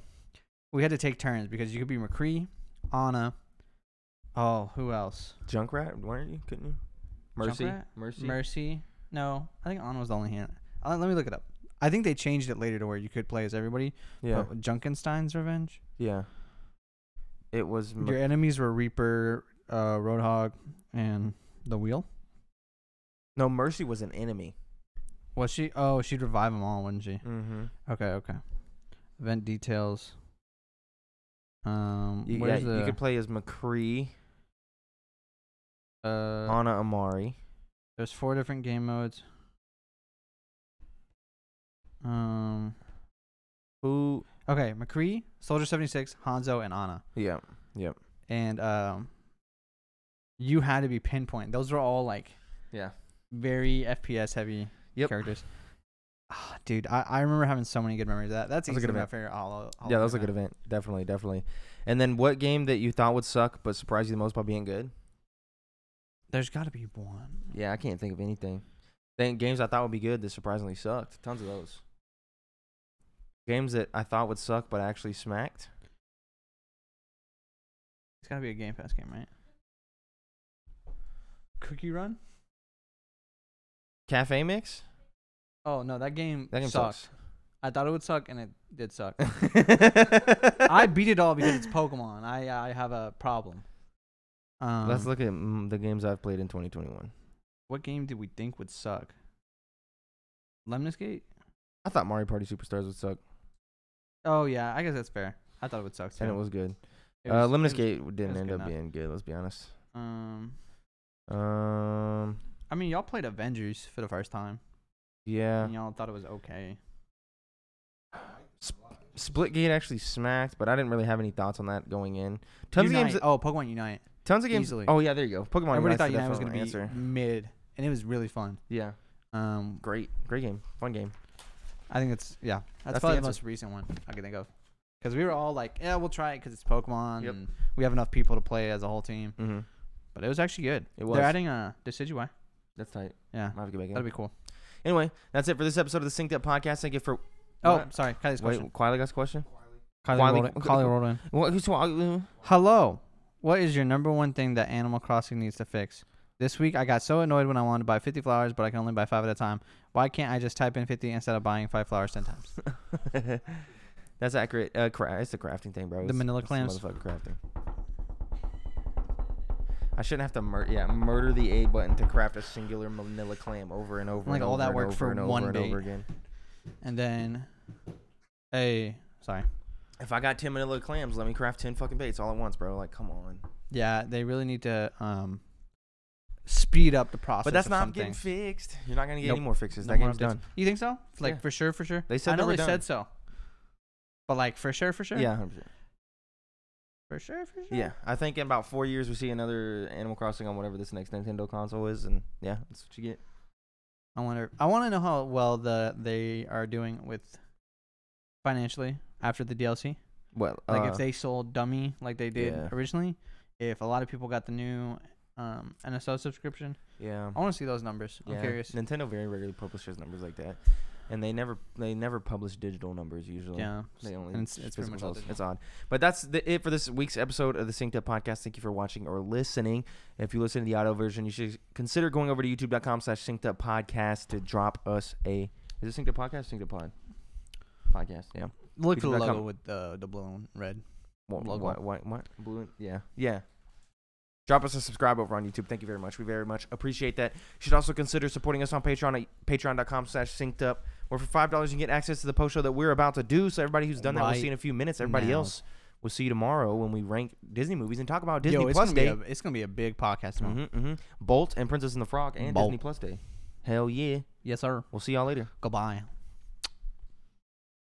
Speaker 2: we had to take turns because you could be McCree, Anna. Oh, who else?
Speaker 1: Junkrat, weren't you? Couldn't you? Mercy,
Speaker 2: Junkrat?
Speaker 1: mercy.
Speaker 2: Mercy. No, I think Anna was the only hand. Uh, let me look it up. I think they changed it later to where you could play as everybody.
Speaker 1: yeah,
Speaker 2: But Junkenstein's Revenge.
Speaker 1: yeah. It was. Mer-
Speaker 2: Your enemies were Reaper, uh, Roadhog, and the Wheel.
Speaker 1: no, mercy was an enemy.
Speaker 2: Was she? Oh, she'd revive them all, wouldn't she?
Speaker 1: Mm-hmm.
Speaker 2: Okay, okay. Event details. Um,
Speaker 1: You, yeah,
Speaker 2: where's
Speaker 1: you
Speaker 2: the
Speaker 1: could play as McCree,
Speaker 2: uh?
Speaker 1: Anna Amari.
Speaker 2: There's four different game modes. Um.
Speaker 1: Who?
Speaker 2: Okay, McCree, Soldier Seventy Six, Hanzo, and Ana.
Speaker 1: Yeah.
Speaker 2: and um, you had to be pinpoint. Those were all like
Speaker 1: Yeah.
Speaker 2: very FPS heavy
Speaker 1: Yep.
Speaker 2: characters. Ah, dude, I, I remember having so many good memories of that. That's
Speaker 1: That was a
Speaker 2: easily
Speaker 1: good
Speaker 2: my
Speaker 1: event.
Speaker 2: favorite. All, all
Speaker 1: yeah, that was a good event. Definitely, definitely. And then what game that you thought would suck but surprised you the most by being good?
Speaker 2: There's got to be one.
Speaker 1: Yeah, I can't think of anything. Think games I thought would be good that surprisingly sucked. Tons of those. Games that I thought would suck but actually smacked.
Speaker 2: It's got to be a Game Pass game, right? Cookie Run?
Speaker 1: Cafe Mix?
Speaker 2: Oh no, that game
Speaker 1: That game
Speaker 2: sucked.
Speaker 1: sucks.
Speaker 2: I thought it would suck, and it did suck. I
Speaker 1: I
Speaker 2: beat it all because it's Pokemon. I I have a problem. Um,
Speaker 1: Let's look at mm, the games I've played in 2021.
Speaker 2: What game did we think would suck? Lemniscate.
Speaker 1: I thought Mario Party Superstars would suck,
Speaker 2: Oh yeah, I guess that's fair. I thought it would suck too.
Speaker 1: and it was good.
Speaker 2: It
Speaker 1: uh,
Speaker 2: was- it
Speaker 1: Lemnis
Speaker 2: was-
Speaker 1: Gate didn't
Speaker 2: was
Speaker 1: end
Speaker 2: good
Speaker 1: up
Speaker 2: enough.
Speaker 1: being good. Let's be honest.
Speaker 2: Um,
Speaker 1: Um,
Speaker 2: I mean, y'all played Avengers for the first time,
Speaker 1: yeah.
Speaker 2: and y'all thought it was okay.
Speaker 1: Split Gate actually smacked, but I didn't really have any thoughts on that going in. Tons
Speaker 2: Unite.
Speaker 1: of games. that-
Speaker 2: oh, Pokemon Unite.
Speaker 1: Tons of games.
Speaker 2: easily.
Speaker 1: Oh yeah, there you go. Pokemon.
Speaker 2: Everybody
Speaker 1: Unite's
Speaker 2: thought
Speaker 1: the
Speaker 2: Unite was gonna
Speaker 1: definite
Speaker 2: be
Speaker 1: answer.
Speaker 2: mid, and it was really fun.
Speaker 1: Yeah,
Speaker 2: Um,
Speaker 1: great, great game, fun game.
Speaker 2: I think it's yeah, that's,
Speaker 1: That's the
Speaker 2: probably the,
Speaker 1: answer.
Speaker 2: most recent one I can think of. Because we were all like, yeah, we'll try it because it's Pokemon.
Speaker 1: Yep.
Speaker 2: And we have enough people to play as a whole team.
Speaker 1: Mm-hmm.
Speaker 2: But it was actually good.
Speaker 1: It was.
Speaker 2: They're adding a uh, Decidueye.
Speaker 1: That's tight.
Speaker 2: Yeah,
Speaker 1: I have to get back in.
Speaker 2: that'd be cool.
Speaker 1: anyway, that's it for this episode of the Synced Up Podcast. Thank you for.
Speaker 2: Oh,
Speaker 1: What?
Speaker 2: sorry, Kylie's question.
Speaker 1: Wait, Quiley got a question.
Speaker 2: Kylie,
Speaker 1: Wiley-
Speaker 2: rolled, it. Kylie rolled in.
Speaker 1: Well, who's uh,
Speaker 2: Hello. What is your number one thing that Animal Crossing needs to fix? This week I got so annoyed when I wanted to buy 50 flowers, but I can only buy five at a time. Why can't I just type in 50 instead of buying five flowers 10 times?
Speaker 1: That's accurate. Uh, cra- it's the crafting thing, bro. It's-
Speaker 2: manila
Speaker 1: it's
Speaker 2: clams.
Speaker 1: motherfucking crafting. I shouldn't have to mur- yeah murder the A button to craft a singular manila clam over and over.
Speaker 2: Like,
Speaker 1: and
Speaker 2: all
Speaker 1: over
Speaker 2: that
Speaker 1: and
Speaker 2: work
Speaker 1: over
Speaker 2: for
Speaker 1: and over
Speaker 2: one
Speaker 1: and
Speaker 2: bait.
Speaker 1: over again.
Speaker 2: And then a sorry.
Speaker 1: If I got ten manila clams, let me craft ten fucking baits all at once, bro. Like, come on.
Speaker 2: Yeah, they really need to um speed up the process.
Speaker 1: But that's
Speaker 2: of
Speaker 1: not
Speaker 2: some
Speaker 1: getting
Speaker 2: things.
Speaker 1: fixed. You're not gonna get
Speaker 2: Nope.
Speaker 1: any more fixes.
Speaker 2: No
Speaker 1: that
Speaker 2: more
Speaker 1: game's
Speaker 2: updates.
Speaker 1: done.
Speaker 2: You think so? Like
Speaker 1: Yeah.
Speaker 2: for sure, for sure.
Speaker 1: They said
Speaker 2: I
Speaker 1: they
Speaker 2: know
Speaker 1: were
Speaker 2: they
Speaker 1: done.
Speaker 2: said so. But like for sure, for sure.
Speaker 1: Yeah, 100%.
Speaker 2: For sure, for sure.
Speaker 1: yeah. I think in about four years we see another Animal Crossing on whatever this next Nintendo console is, and yeah, that's what you get.
Speaker 2: I wonder. I want to know how well the they are doing with financially after the DLC.
Speaker 1: Well,
Speaker 2: Like
Speaker 1: uh,
Speaker 2: if they sold dummy like they did
Speaker 1: yeah.
Speaker 2: originally. If a lot of people got the new um, NSO subscription,
Speaker 1: yeah.
Speaker 2: I want to see those numbers. I'm curious.
Speaker 1: Nintendo very rarely publishes numbers like that, and they never they never publish digital numbers usually.
Speaker 2: Yeah.
Speaker 1: They only
Speaker 2: And it's, it's pretty
Speaker 1: physical
Speaker 2: much all
Speaker 1: sales.
Speaker 2: digital.
Speaker 1: It's odd, but that's the, it for this week's episode of the Synced Up Podcast. Thank you for watching or listening. If you listen to the audio version, you should consider going over to YouTube.com/slash Synced Up Podcast to drop us a is it Synced Up Podcast? Synced Up Pod podcast. Yeah.
Speaker 2: Look for the
Speaker 1: YouTube.com.
Speaker 2: logo with the the blown red.
Speaker 1: What,
Speaker 2: Logo.
Speaker 1: what, what, what? Blue? and- Yeah. Yeah. Drop us a subscribe over on YouTube. Thank you very much. We very much appreciate that. You should also consider supporting us on Patreon at patreon.com slash synced up, where for $5 you can get access to the post show that we're about to do. So everybody who's done that, we'll see
Speaker 2: Right
Speaker 1: in a few minutes. Everybody
Speaker 2: now.
Speaker 1: else, we'll see you tomorrow when we rank Disney movies and talk about Disney
Speaker 2: Yo, it's
Speaker 1: Plus
Speaker 2: gonna be
Speaker 1: Day.
Speaker 2: a, it's gonna be a big podcast. tomorrow.
Speaker 1: hmm hmm Bolt and Princess and the Frog and
Speaker 2: Bolt.
Speaker 1: Disney Plus Day. Hell yeah.
Speaker 2: Mm-hmm. Yes, sir.
Speaker 1: We'll see y'all later.
Speaker 2: Goodbye.